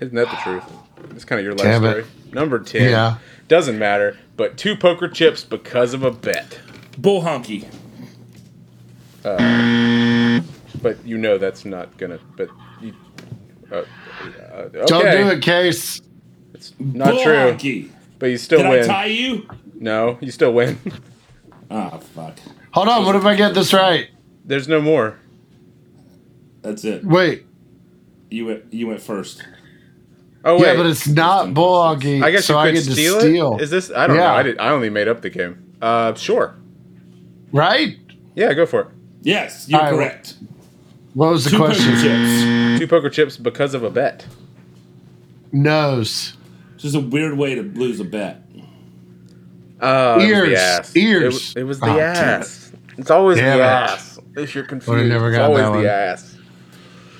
[SPEAKER 1] Isn't that the truth? It's kind of your last
[SPEAKER 3] Damn it.
[SPEAKER 1] story. Number ten.
[SPEAKER 3] Yeah.
[SPEAKER 1] Doesn't matter, but two poker chips because of a bet.
[SPEAKER 2] Bull honky.
[SPEAKER 1] But you know that's not gonna. But you. Uh, uh, okay.
[SPEAKER 3] Don't do it, Case.
[SPEAKER 1] It's not
[SPEAKER 2] Bull
[SPEAKER 1] true.
[SPEAKER 2] honky.
[SPEAKER 1] But you still
[SPEAKER 2] Did I
[SPEAKER 1] win.
[SPEAKER 2] tie you?
[SPEAKER 1] No, you still win.
[SPEAKER 2] Ah fuck.
[SPEAKER 3] Hold on. What if I get this right?
[SPEAKER 1] There's no more.
[SPEAKER 2] That's it.
[SPEAKER 3] Wait.
[SPEAKER 2] You went you went first.
[SPEAKER 1] Oh wait.
[SPEAKER 3] Yeah, but it's not bulgogi.
[SPEAKER 1] I guess
[SPEAKER 3] so
[SPEAKER 1] you could
[SPEAKER 3] I get
[SPEAKER 1] steal,
[SPEAKER 3] to steal.
[SPEAKER 1] it. Is this? I don't
[SPEAKER 3] Yeah.
[SPEAKER 1] know. I, did, I only made up the game. Uh, sure.
[SPEAKER 3] right?
[SPEAKER 1] Yeah, go for it.
[SPEAKER 2] Yes, you're
[SPEAKER 3] All right, well,
[SPEAKER 2] correct.
[SPEAKER 3] What was the
[SPEAKER 2] Two
[SPEAKER 3] question?
[SPEAKER 2] poker chips.
[SPEAKER 1] Two poker chips because of a bet.
[SPEAKER 3] Nose.
[SPEAKER 2] Which is a weird way to lose a bet.
[SPEAKER 1] Uh, it was the
[SPEAKER 3] Ears.
[SPEAKER 1] ass.
[SPEAKER 3] Ears.
[SPEAKER 1] It, was- it was the
[SPEAKER 3] Oh, damn
[SPEAKER 1] ass. It's always
[SPEAKER 3] Damn
[SPEAKER 1] the
[SPEAKER 3] it.
[SPEAKER 1] ass. If you're confused,
[SPEAKER 3] never
[SPEAKER 1] it's
[SPEAKER 3] got
[SPEAKER 1] always
[SPEAKER 3] that one.
[SPEAKER 1] the ass.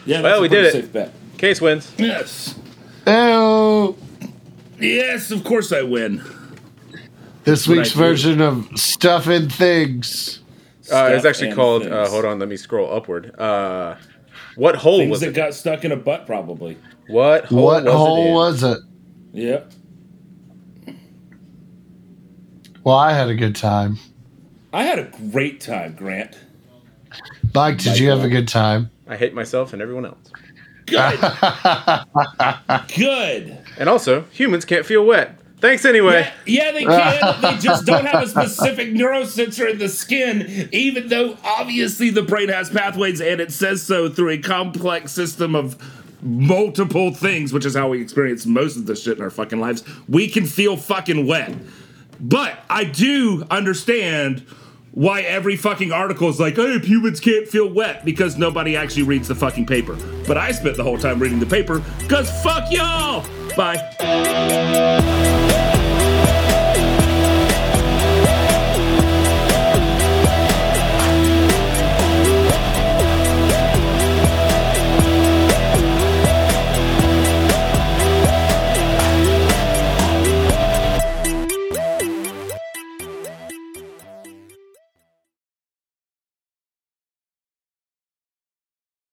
[SPEAKER 2] Yeah, that's
[SPEAKER 1] Well,
[SPEAKER 2] a
[SPEAKER 1] we did
[SPEAKER 2] pretty
[SPEAKER 1] it.
[SPEAKER 2] safe bet.
[SPEAKER 1] Case wins.
[SPEAKER 2] Yes.
[SPEAKER 3] Ew.
[SPEAKER 2] Yes, of course I win.
[SPEAKER 3] This
[SPEAKER 2] what
[SPEAKER 3] week's
[SPEAKER 2] I do.
[SPEAKER 3] version of Stuff and Things.
[SPEAKER 1] Uh, it's
[SPEAKER 2] Stuff
[SPEAKER 1] actually
[SPEAKER 2] and
[SPEAKER 1] called. Uh,
[SPEAKER 2] things.
[SPEAKER 1] hold on, let me scroll upward. Uh, what hole
[SPEAKER 2] Things
[SPEAKER 1] was
[SPEAKER 2] that
[SPEAKER 1] it?
[SPEAKER 2] got stuck in a butt, probably.
[SPEAKER 1] what hole was
[SPEAKER 3] what
[SPEAKER 1] it?
[SPEAKER 3] hole
[SPEAKER 1] in?
[SPEAKER 3] was it?
[SPEAKER 2] Yep.
[SPEAKER 3] Well, I had a good time.
[SPEAKER 2] I had a great time, Grant.
[SPEAKER 3] Mike, did you have a good time?
[SPEAKER 1] I hate myself and everyone else.
[SPEAKER 2] Good. Good.
[SPEAKER 1] And also, humans can't feel wet. Thanks anyway.
[SPEAKER 2] Yeah, they can. they just don't have a specific neurosensor in the skin, even though obviously the brain has pathways and it says so through a complex system of multiple things, which is how we experience most of the shit in our fucking lives. We can feel fucking wet. But I do understand why every fucking article is like, hey, humans can't feel wet, because nobody actually reads the fucking paper. But I spent the whole time reading the paper, because fuck y'all! Bye.